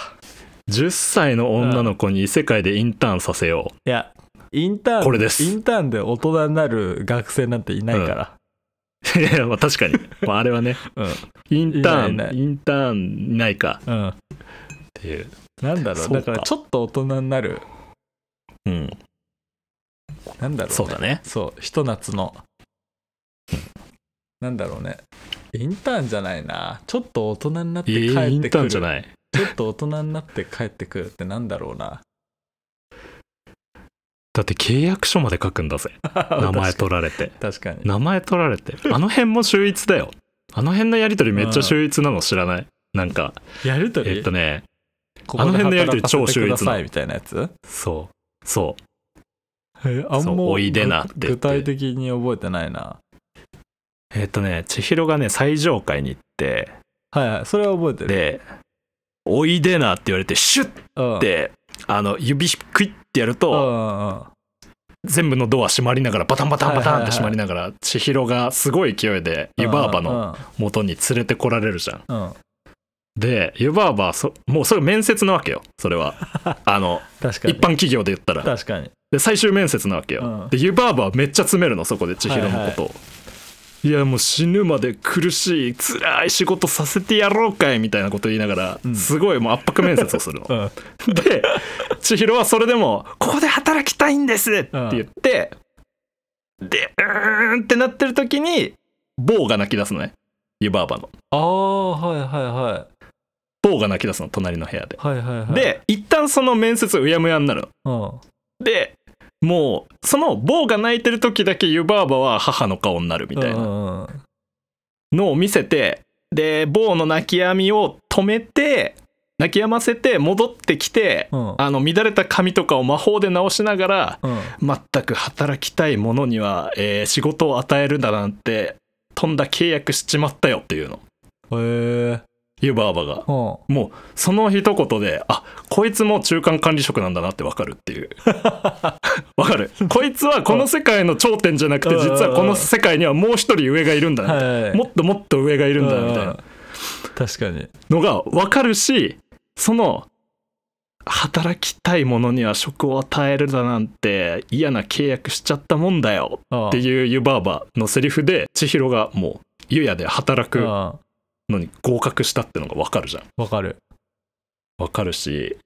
[SPEAKER 2] 10歳の女の子に異世界でインターンさせよ
[SPEAKER 1] いやインターン
[SPEAKER 2] これです
[SPEAKER 1] インターンで大人になる学生なんていないから、
[SPEAKER 2] ういやい *laughs* やまあ確かに、まあ、あれはね
[SPEAKER 1] うん
[SPEAKER 2] インターン
[SPEAKER 1] いないいない
[SPEAKER 2] インターンいないか
[SPEAKER 1] うん、
[SPEAKER 2] っていう
[SPEAKER 1] なんだろ
[SPEAKER 2] そううか
[SPEAKER 1] だからちょっと大人になる
[SPEAKER 2] うん
[SPEAKER 1] なんだろう、ね、
[SPEAKER 2] そうだね
[SPEAKER 1] そうひと夏のなんだろうねインターンじゃないなちょっと大人になって帰っ
[SPEAKER 2] え
[SPEAKER 1] てくる、
[SPEAKER 2] ーインターンじゃない
[SPEAKER 1] ちょっと大人になって帰ってくるってなんだろうな
[SPEAKER 2] だって契約書まで書く
[SPEAKER 1] *laughs*
[SPEAKER 2] んだぜ名前取られて
[SPEAKER 1] 確かに確か
[SPEAKER 2] 名前取られてあの辺も秀逸だよあの辺のやり取りめっちゃ秀逸なの知らないなんか
[SPEAKER 1] にやりとり、
[SPEAKER 2] えっとね
[SPEAKER 1] ここで
[SPEAKER 2] あの辺のやりとり超秀逸
[SPEAKER 1] 働か
[SPEAKER 2] な
[SPEAKER 1] せてくださいみたいなやつ
[SPEAKER 2] そうそう
[SPEAKER 1] えあん
[SPEAKER 2] そ
[SPEAKER 1] ま
[SPEAKER 2] うおいでなって言って
[SPEAKER 1] 具体的に覚えてないな
[SPEAKER 2] えっとね千尋がね最上階に行って
[SPEAKER 1] はいはいそれは覚えてる
[SPEAKER 2] で「おいでな」って言われてシュッ
[SPEAKER 1] うん
[SPEAKER 2] てあの指クイッてやる
[SPEAKER 1] うん
[SPEAKER 2] と
[SPEAKER 1] うんうん
[SPEAKER 2] 全部のドア閉まりながらバタンバタンバタンって
[SPEAKER 1] はいはいは
[SPEAKER 2] 閉
[SPEAKER 1] い
[SPEAKER 2] まりながら千尋がすごい勢いで湯婆婆の元に連れてこられるじゃん
[SPEAKER 1] うんうんうん
[SPEAKER 2] で湯婆婆はそもうそれ面接なわけよそ
[SPEAKER 1] *laughs*
[SPEAKER 2] れはあの
[SPEAKER 1] 確かに
[SPEAKER 2] 一般企業で言ったら
[SPEAKER 1] 確かに
[SPEAKER 2] で最終面接なわけよ、
[SPEAKER 1] うん
[SPEAKER 2] で湯婆婆はめっちゃ詰めるのそこで千尋のことを、いやもう死ぬまで苦しい辛い仕事させてやろうかいみたいなこと言いながら、
[SPEAKER 1] うん
[SPEAKER 2] すごいもう圧迫面接をするの
[SPEAKER 1] うん
[SPEAKER 2] *laughs* で千尋はそれでも「ここで働きたいんです!」って言って、でうーんってなってる時に棒が泣き出すのね湯婆婆の
[SPEAKER 1] ああはいはいは
[SPEAKER 2] 棒が泣き出すの隣の部屋で
[SPEAKER 1] いはいはいはい、
[SPEAKER 2] で一旦その面接うやむやになるの
[SPEAKER 1] うん、
[SPEAKER 2] でもうその棒が泣いてる時だけ湯婆婆は母の顔になるみたい
[SPEAKER 1] うん
[SPEAKER 2] な
[SPEAKER 1] うんうん
[SPEAKER 2] のを見せてで棒の泣き止みを止めて泣き止ませて戻ってきて
[SPEAKER 1] うん
[SPEAKER 2] あの乱れた髪とかを魔法で直しながら
[SPEAKER 1] うん
[SPEAKER 2] 全く働きたいものには、えー仕事を与えるだなんてとんだ契約しちまったよっていうの
[SPEAKER 1] へえ
[SPEAKER 2] 湯婆婆
[SPEAKER 1] う
[SPEAKER 2] が
[SPEAKER 1] ん
[SPEAKER 2] もうその一言であこいつも中間管理職なんだなってわかるっていう *laughs* わかるこいつはこの世界の頂点じゃなくて
[SPEAKER 1] うん
[SPEAKER 2] 実はこの世界にはもう一人上がいるんだな、
[SPEAKER 1] はいはい
[SPEAKER 2] もっともっと上がいるんだみたい
[SPEAKER 1] うん
[SPEAKER 2] な
[SPEAKER 1] 確かに
[SPEAKER 2] のがわかるしその働きたいものには職を与えるだなんて嫌な契約しちゃったもんだよ
[SPEAKER 1] っ
[SPEAKER 2] っていう湯婆婆のセリフで千尋がもう湯屋で働くの
[SPEAKER 1] わ
[SPEAKER 2] に合格したってのがわかるじゃん
[SPEAKER 1] かる
[SPEAKER 2] わかるし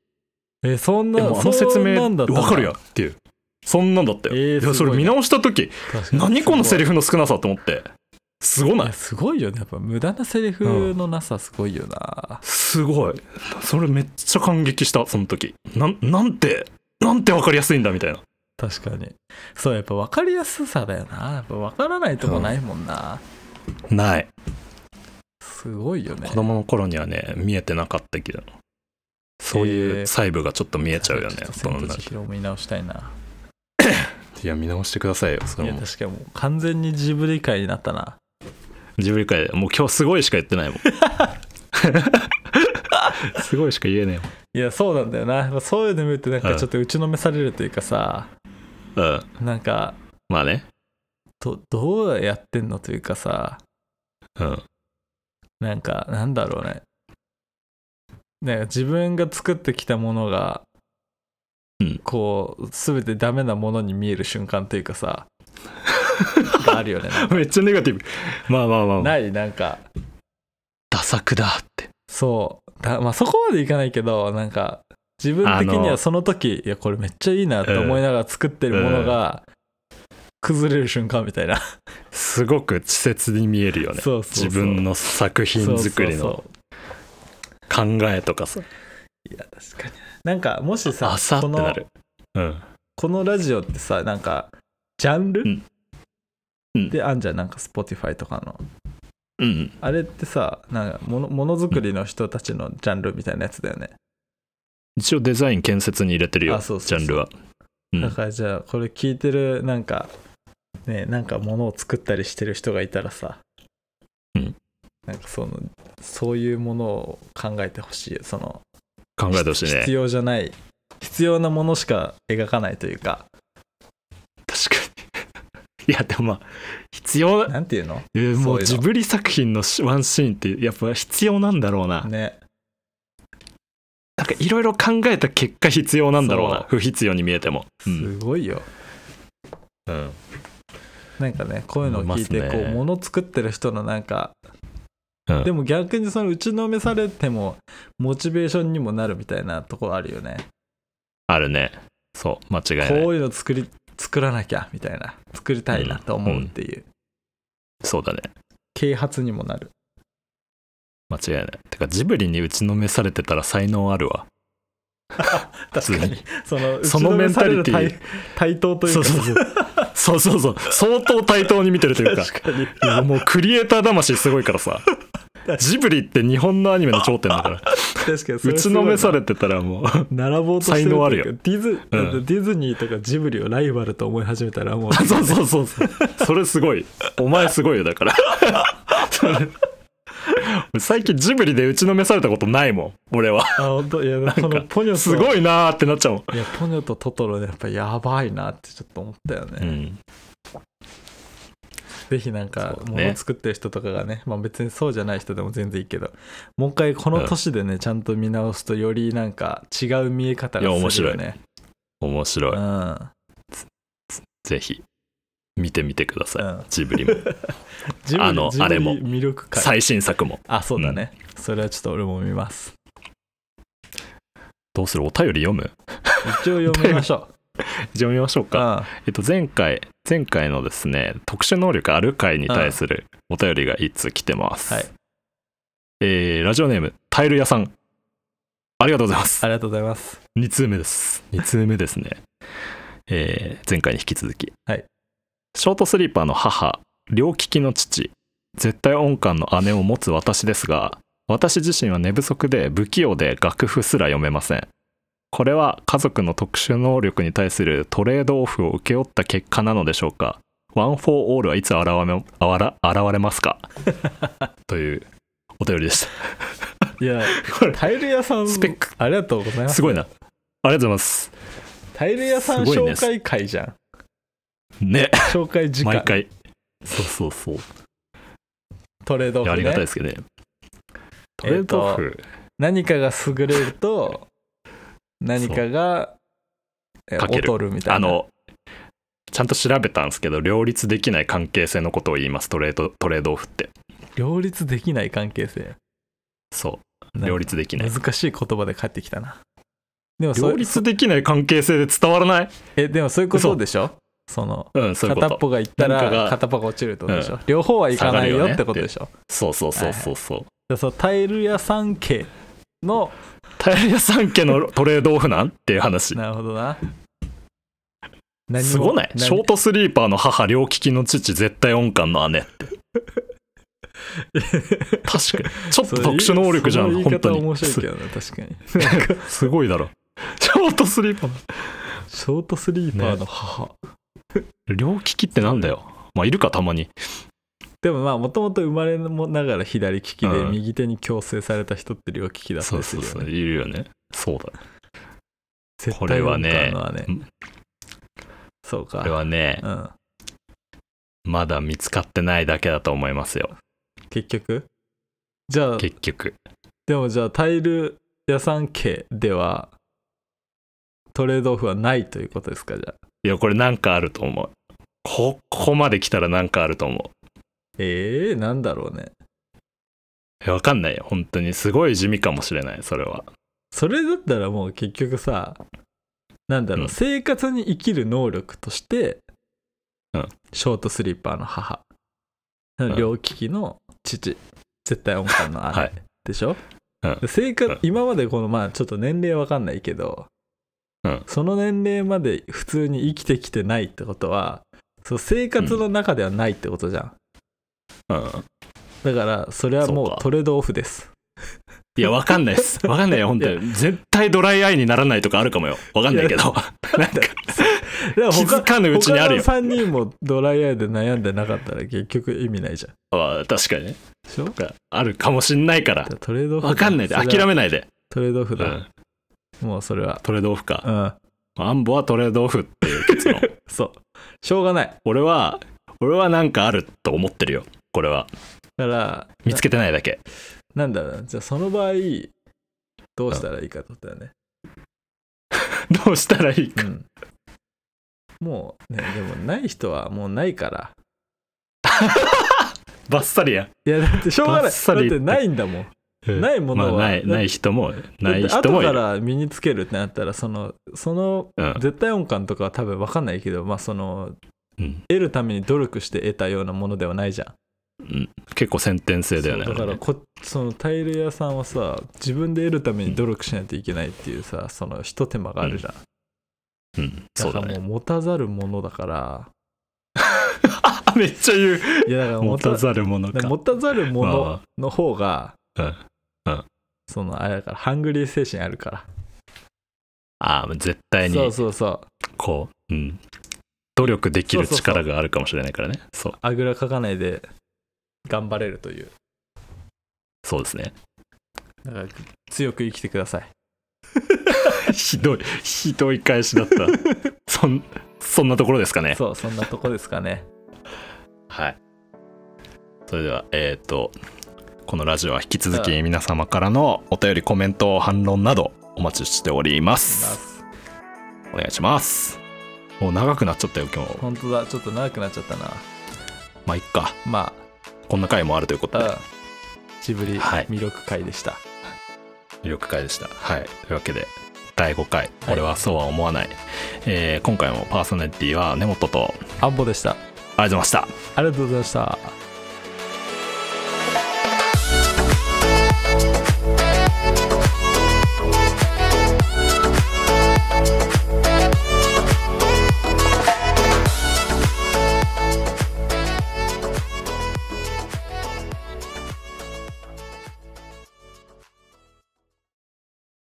[SPEAKER 1] えそん
[SPEAKER 2] で
[SPEAKER 1] な
[SPEAKER 2] もあの説
[SPEAKER 1] そ
[SPEAKER 2] 明
[SPEAKER 1] んなんだ
[SPEAKER 2] わ
[SPEAKER 1] ったんだ
[SPEAKER 2] かるやんっていうそんなんだったよ、
[SPEAKER 1] えー
[SPEAKER 2] いや
[SPEAKER 1] す
[SPEAKER 2] それ
[SPEAKER 1] ごいね
[SPEAKER 2] 見直した時
[SPEAKER 1] 確かに
[SPEAKER 2] 何このセリ
[SPEAKER 1] フ
[SPEAKER 2] フの少なさと思ってすごない
[SPEAKER 1] すごいよねやっぱ無駄なセリフのなさすごいよな、
[SPEAKER 2] すごいそれめっちゃ感激したその時なんなんてなんてわかりやすいんだみたいな
[SPEAKER 1] 確かにそうやっぱ分かりやすさだよなやっぱ分からないとこないもんな、
[SPEAKER 2] ない
[SPEAKER 1] すごいよね
[SPEAKER 2] 子供の頃にはね見えてなかったけどそうい
[SPEAKER 1] え
[SPEAKER 2] う
[SPEAKER 1] ー
[SPEAKER 2] 細部がちょっと見えちゃうよね
[SPEAKER 1] ちょっと千
[SPEAKER 2] 大人に
[SPEAKER 1] と
[SPEAKER 2] なる
[SPEAKER 1] 千尋を見直したいない
[SPEAKER 2] や見直してくださいよそ
[SPEAKER 1] い
[SPEAKER 2] れ
[SPEAKER 1] や
[SPEAKER 2] も
[SPEAKER 1] 確かにもう完全にジブリ界になったな
[SPEAKER 2] ジブリ界でもう今日すごいしか言ってないもん *laughs* すごいしか言えね
[SPEAKER 1] いやそうなんだよなやっぱそういうの見るとなん
[SPEAKER 2] う
[SPEAKER 1] か
[SPEAKER 2] ん
[SPEAKER 1] ちょっと打ちのめされるというかさ、
[SPEAKER 2] えもんうん
[SPEAKER 1] なんか
[SPEAKER 2] まあね
[SPEAKER 1] どどうやってんのというかさ
[SPEAKER 2] うん
[SPEAKER 1] なんかなんだろうねなんか自分が作ってきたものが、
[SPEAKER 2] うん
[SPEAKER 1] こう全てダメなものに見える瞬間というか
[SPEAKER 2] *laughs*
[SPEAKER 1] さがあるよねなんか
[SPEAKER 2] めっちゃネガティブまあまあまあ、まあ、
[SPEAKER 1] ないなんか
[SPEAKER 2] ダサくだって
[SPEAKER 1] そうだまあそこまでいかないけどなんか自分的に
[SPEAKER 2] あ
[SPEAKER 1] は
[SPEAKER 2] の
[SPEAKER 1] その時いやこれめっちゃいいなと思いながら作ってるものが崩れる瞬間みたいな、
[SPEAKER 2] すごく稚拙に見えるよね
[SPEAKER 1] そうそうそう
[SPEAKER 2] 自分の作品作り
[SPEAKER 1] そうそう
[SPEAKER 2] の
[SPEAKER 1] そう
[SPEAKER 2] 考えとかさ
[SPEAKER 1] いや確かになんかもしさ
[SPEAKER 2] ダサって
[SPEAKER 1] この
[SPEAKER 2] なるうん
[SPEAKER 1] このラジオってさなんかジャンル、
[SPEAKER 2] うんうん
[SPEAKER 1] であんじゃんなんか Spotify とかの
[SPEAKER 2] うん
[SPEAKER 1] あれってさなんかものものづくりの人たちのジャンルみたいなやつだよね、
[SPEAKER 2] 一応デザイン建設に入れてるよ
[SPEAKER 1] あそうそうそう
[SPEAKER 2] ジャンルはうん
[SPEAKER 1] だからじゃあこれ聞いてるなんかねなんかものを作ったりしてる人がいたらさ、
[SPEAKER 2] うん
[SPEAKER 1] なんかそのそういうものを考えてほしいその
[SPEAKER 2] 考えてほしいね
[SPEAKER 1] 必要じゃない必要なものしか描かないというか
[SPEAKER 2] 確かに *laughs* いやでもまあ必要な
[SPEAKER 1] なんていうの
[SPEAKER 2] えー
[SPEAKER 1] そ
[SPEAKER 2] も
[SPEAKER 1] ういう
[SPEAKER 2] う
[SPEAKER 1] の
[SPEAKER 2] ジブリ作品のしワンシーンってやっぱ必要なんだろうな、
[SPEAKER 1] ね
[SPEAKER 2] なんかいろいろ考えた結果必要なんだろうな
[SPEAKER 1] そう
[SPEAKER 2] 不必要に見えても、う
[SPEAKER 1] す
[SPEAKER 2] ん
[SPEAKER 1] ごいよ、
[SPEAKER 2] うん
[SPEAKER 1] なんかねこういうのを聞いて
[SPEAKER 2] 思います
[SPEAKER 1] こ
[SPEAKER 2] ね
[SPEAKER 1] うもの作ってる人のなんか
[SPEAKER 2] うん
[SPEAKER 1] でも逆にその打ちのめされてもモチベーションにもなるみたいなとこあるよね
[SPEAKER 2] あるねそう間違いない
[SPEAKER 1] こういうの作り作らなきゃみたいな作りたいなと思うっていう、
[SPEAKER 2] そうだね
[SPEAKER 1] 啓発にもなる
[SPEAKER 2] 間違いないてかジブリに打ちのめされてたら才能あるわ
[SPEAKER 1] 確かにその
[SPEAKER 2] そのメンタリティ
[SPEAKER 1] 打ちのめされる対対等という
[SPEAKER 2] そう
[SPEAKER 1] か
[SPEAKER 2] そうそうそうそうそう相当対等に見てるという
[SPEAKER 1] *laughs*
[SPEAKER 2] か
[SPEAKER 1] 確かに
[SPEAKER 2] いやもうクリエイター魂すごいからさジブリって日本のアニメの頂点だから
[SPEAKER 1] 確 *laughs* かにそ
[SPEAKER 2] 打
[SPEAKER 1] れす
[SPEAKER 2] ち
[SPEAKER 1] ごいな
[SPEAKER 2] のめされてたらもう
[SPEAKER 1] 並ぼうとしてるというか
[SPEAKER 2] 才能あるよ
[SPEAKER 1] ディズ、
[SPEAKER 2] う
[SPEAKER 1] だ
[SPEAKER 2] ん
[SPEAKER 1] ってディズニーとかジブリをライバルと思い始めた
[SPEAKER 2] *laughs*
[SPEAKER 1] らもう
[SPEAKER 2] そうそうそうそうそれすごいお前すごいよだから
[SPEAKER 1] *laughs*
[SPEAKER 2] それ最近ジブリで打ちのめされたことないもん俺は
[SPEAKER 1] あ本当いやこのポニョと
[SPEAKER 2] *laughs* すごいなーってなっちゃうもん
[SPEAKER 1] いやポニョとトトロでやっぱやばいなってちょっと思ったよね、
[SPEAKER 2] うん
[SPEAKER 1] ぜひなんか
[SPEAKER 2] そうね
[SPEAKER 1] 物作ってる人とかがねまあ別にそうじゃない人でも全然いいけどもう一回この年でね、ちゃんと見直すとよりなんか違う見え方
[SPEAKER 2] いや
[SPEAKER 1] が
[SPEAKER 2] 面
[SPEAKER 1] する
[SPEAKER 2] 白
[SPEAKER 1] よ
[SPEAKER 2] い
[SPEAKER 1] ね
[SPEAKER 2] 面白い
[SPEAKER 1] うん
[SPEAKER 2] ぜひ見てみてください、
[SPEAKER 1] うん
[SPEAKER 2] ジブリも
[SPEAKER 1] ジブリ
[SPEAKER 2] あの
[SPEAKER 1] ジブリ
[SPEAKER 2] あれも
[SPEAKER 1] 魅力か
[SPEAKER 2] *laughs* 最新作も
[SPEAKER 1] あそうだね、それはちょっと俺も見ます
[SPEAKER 2] どうするお便り読む
[SPEAKER 1] 一応読みまし
[SPEAKER 2] *laughs*
[SPEAKER 1] ょ
[SPEAKER 2] じゃあ読みましょう
[SPEAKER 1] う、う
[SPEAKER 2] か、
[SPEAKER 1] ん、
[SPEAKER 2] えっと、前回前回のですね特殊能力ある回に対するお便りがいつ来てます、
[SPEAKER 1] はい
[SPEAKER 2] えーラジオネームタイル屋さんありがとうございます
[SPEAKER 1] ありがとうございます
[SPEAKER 2] 2通目です2通目ですねえー前回に引き続き、
[SPEAKER 1] はい
[SPEAKER 2] ショートスリーパーの母両利きの父絶対音感の姉を持つ私ですが私自身は寝不足で不器用で楽譜すら読めませんこれは家族の特殊能力に対するトレードオフを請け負った結果なのでしょうかワン・フォー・オールはいつ現れあわら現れま
[SPEAKER 1] *laughs*
[SPEAKER 2] すかというお便りでし
[SPEAKER 1] いや
[SPEAKER 2] たこれ
[SPEAKER 1] タイル屋さん
[SPEAKER 2] スペック
[SPEAKER 1] ありがとうございます
[SPEAKER 2] すごいなありがとうございます
[SPEAKER 1] タイル屋さん
[SPEAKER 2] すごいね
[SPEAKER 1] 紹介会じゃん、
[SPEAKER 2] ね
[SPEAKER 1] 紹介時
[SPEAKER 2] 毎
[SPEAKER 1] 間
[SPEAKER 2] 回そうそうそう
[SPEAKER 1] トレードオ
[SPEAKER 2] いや
[SPEAKER 1] フ、
[SPEAKER 2] ありがたいで
[SPEAKER 1] ね、
[SPEAKER 2] すけどね。ト
[SPEAKER 1] え
[SPEAKER 2] レ
[SPEAKER 1] ー
[SPEAKER 2] ー
[SPEAKER 1] と
[SPEAKER 2] ドオフ、
[SPEAKER 1] 何かが優れると何かがえ
[SPEAKER 2] かける
[SPEAKER 1] 劣るみたいな
[SPEAKER 2] あの、ちゃんと調べたんですけど、両立できない関係性のことを言います、トレードトレードオフって。
[SPEAKER 1] 両立できない関係性
[SPEAKER 2] そう、両立できない。
[SPEAKER 1] 難しい言葉で返ってきたなでもそう
[SPEAKER 2] 両立できない関係性で伝わらない
[SPEAKER 1] えでもそういうことでしょその
[SPEAKER 2] うん、そういう
[SPEAKER 1] 片
[SPEAKER 2] こ
[SPEAKER 1] っ
[SPEAKER 2] と。
[SPEAKER 1] ぽが行った
[SPEAKER 2] なんか
[SPEAKER 1] ら
[SPEAKER 2] が
[SPEAKER 1] 片っぽが落ちるってことでしょ、両方はいかないよってことでしょ
[SPEAKER 2] そうそうそうそうそう。
[SPEAKER 1] でそのタイル屋さん系の
[SPEAKER 2] タイヤ三家のトレードオフなんっていう話。
[SPEAKER 1] なるほどな何も
[SPEAKER 2] すごない
[SPEAKER 1] 何
[SPEAKER 2] ショートスリーパーの母、両利きの父、絶対音感の姉って。 *laughs*
[SPEAKER 1] *laughs*
[SPEAKER 2] 確かに。ちょっと特殊能力じゃ
[SPEAKER 1] その
[SPEAKER 2] ん、
[SPEAKER 1] 言い
[SPEAKER 2] 本
[SPEAKER 1] 方
[SPEAKER 2] 当
[SPEAKER 1] 面
[SPEAKER 2] に。
[SPEAKER 1] 白い
[SPEAKER 2] す
[SPEAKER 1] けどね確
[SPEAKER 2] *laughs*
[SPEAKER 1] かに
[SPEAKER 2] すごいだろ。ショートスリーパーの
[SPEAKER 1] ショートスリーパーの母、
[SPEAKER 2] 両利きってなんだよまあいるかたまに
[SPEAKER 1] でもまあもともと生まれながら左利きで、
[SPEAKER 2] うん
[SPEAKER 1] 右手に矯正された人って両利きだった
[SPEAKER 2] そう
[SPEAKER 1] りす
[SPEAKER 2] そ
[SPEAKER 1] るよね
[SPEAKER 2] うそういるよねそうだ
[SPEAKER 1] 絶対
[SPEAKER 2] これはね
[SPEAKER 1] 文化あるのはね
[SPEAKER 2] うん
[SPEAKER 1] そうか
[SPEAKER 2] これはね
[SPEAKER 1] うん、
[SPEAKER 2] まだ見つかってないだけだと思いますよ
[SPEAKER 1] 結局じゃあ
[SPEAKER 2] 結局
[SPEAKER 1] でもじゃあタイル屋さん系ではトレードオフはないということですかじゃあ
[SPEAKER 2] いやこれなんかあると思うこここまで来たらなんかあると思
[SPEAKER 1] ええー、なんだろうね
[SPEAKER 2] ういやわかんないよ本当にすごい地味かもしれないそれは
[SPEAKER 1] それだったらもう結局さなんだろう、
[SPEAKER 2] うん
[SPEAKER 1] 生活に生きる能力として、
[SPEAKER 2] うん
[SPEAKER 1] ショートスリッパーの母、
[SPEAKER 2] ん
[SPEAKER 1] 両利きの父絶対音感の姉、
[SPEAKER 2] はい
[SPEAKER 1] でしょ、
[SPEAKER 2] うん
[SPEAKER 1] で生活、
[SPEAKER 2] うん
[SPEAKER 1] 今までこのまあちょっと年齢わかんないけど、
[SPEAKER 2] うん
[SPEAKER 1] その年齢まで普通に生きてきてないってことはそう生活の中ではないってことじゃん、
[SPEAKER 2] うん
[SPEAKER 1] だからそれはも
[SPEAKER 2] そう
[SPEAKER 1] う
[SPEAKER 2] か
[SPEAKER 1] トレードオフです *laughs*
[SPEAKER 2] いやわかんない *laughs* ですわかんないよ本当に絶対ドライアイにならないとかあるかもよわかんないけどなんか
[SPEAKER 1] でも
[SPEAKER 2] 気づかぬうちにあるよ
[SPEAKER 1] 他の3人もドライアイで悩んでなかったら結局意味ないじゃん
[SPEAKER 2] あ確かにね
[SPEAKER 1] でしょ
[SPEAKER 2] あるかもしんないから
[SPEAKER 1] じゃあトレードオフだ
[SPEAKER 2] わかんないで
[SPEAKER 1] それは
[SPEAKER 2] 諦めないで
[SPEAKER 1] トレードオフ
[SPEAKER 2] う
[SPEAKER 1] だ、
[SPEAKER 2] ん
[SPEAKER 1] もうそれは
[SPEAKER 2] トレードオフか
[SPEAKER 1] う。ん
[SPEAKER 2] アンボはトレードオフっていう結論。
[SPEAKER 1] そうしょうがない
[SPEAKER 2] 俺は、俺はなんかあると思ってるよ。これは。
[SPEAKER 1] だから
[SPEAKER 2] 見つけてないだけ。
[SPEAKER 1] ななんだろうなじゃあその場合どうしたらいいかってことだよね、
[SPEAKER 2] *laughs* どうしたらいいうか。
[SPEAKER 1] ん、もうねでもない人はもうないから
[SPEAKER 2] バッサリや。
[SPEAKER 1] いやだってしょうがな
[SPEAKER 2] バ
[SPEAKER 1] い
[SPEAKER 2] ッサ
[SPEAKER 1] だっ
[SPEAKER 2] リ
[SPEAKER 1] てないんだもんないものは
[SPEAKER 2] まあない、ない人も、ない
[SPEAKER 1] だって
[SPEAKER 2] 人も
[SPEAKER 1] 後
[SPEAKER 2] い
[SPEAKER 1] か
[SPEAKER 2] る。
[SPEAKER 1] ら身につけるってなったらそのその
[SPEAKER 2] うん
[SPEAKER 1] 絶対音感とかは多分分かんないけどまあその
[SPEAKER 2] うん
[SPEAKER 1] 得るために努力して得たようなものではないじゃん
[SPEAKER 2] うん結構先天性だよね。
[SPEAKER 1] そうだからこそのタイル屋さんはさ自分で得るために努力しないといけないっていうさ、そのひと手間があるじゃん、
[SPEAKER 2] うん、そう
[SPEAKER 1] だ
[SPEAKER 2] だ
[SPEAKER 1] からも
[SPEAKER 2] ね
[SPEAKER 1] う。持たざるものだから
[SPEAKER 2] めっちゃ言う。
[SPEAKER 1] いやだ
[SPEAKER 2] *laughs*
[SPEAKER 1] から
[SPEAKER 2] 持
[SPEAKER 1] 持た
[SPEAKER 2] たざるもの
[SPEAKER 1] だから
[SPEAKER 2] か
[SPEAKER 1] 持。たざるものの方が
[SPEAKER 2] うんうん
[SPEAKER 1] そのあれだからハングリー精神あるか
[SPEAKER 2] ああ、絶
[SPEAKER 1] ら
[SPEAKER 2] 対
[SPEAKER 1] そう
[SPEAKER 2] に、
[SPEAKER 1] そうそう
[SPEAKER 2] こう、うん。努力できる力があるかもしれないからね。そう、
[SPEAKER 1] あぐらかかないで頑張れるという
[SPEAKER 2] そうです *laughs* ね。
[SPEAKER 1] だから強く生きてください
[SPEAKER 2] ひどい、ひどい返しだった。そん、そんなところですかね。
[SPEAKER 1] そうそんなとこですか
[SPEAKER 2] *laughs*
[SPEAKER 1] ね
[SPEAKER 2] はい。それでは、えっ、と、このラジオは引き続き皆様からのお便り、コメント、反論などお待ちしております。お願いします。もう長くなっちゃったよ、今日。
[SPEAKER 1] 本当だちょっと長くなっちゃったな
[SPEAKER 2] まあ、いっか。
[SPEAKER 1] ま
[SPEAKER 2] こんな回もあるということで
[SPEAKER 1] あ、ジブリ
[SPEAKER 2] はい
[SPEAKER 1] 魅力会でした、
[SPEAKER 2] 魅力回でした。はい。というわけで、第5回、俺はそうは思わない。えー今回もパーソナリティは根本と、ありがと
[SPEAKER 1] ア
[SPEAKER 2] う
[SPEAKER 1] ンボでした
[SPEAKER 2] ございました。
[SPEAKER 1] ありがとうございました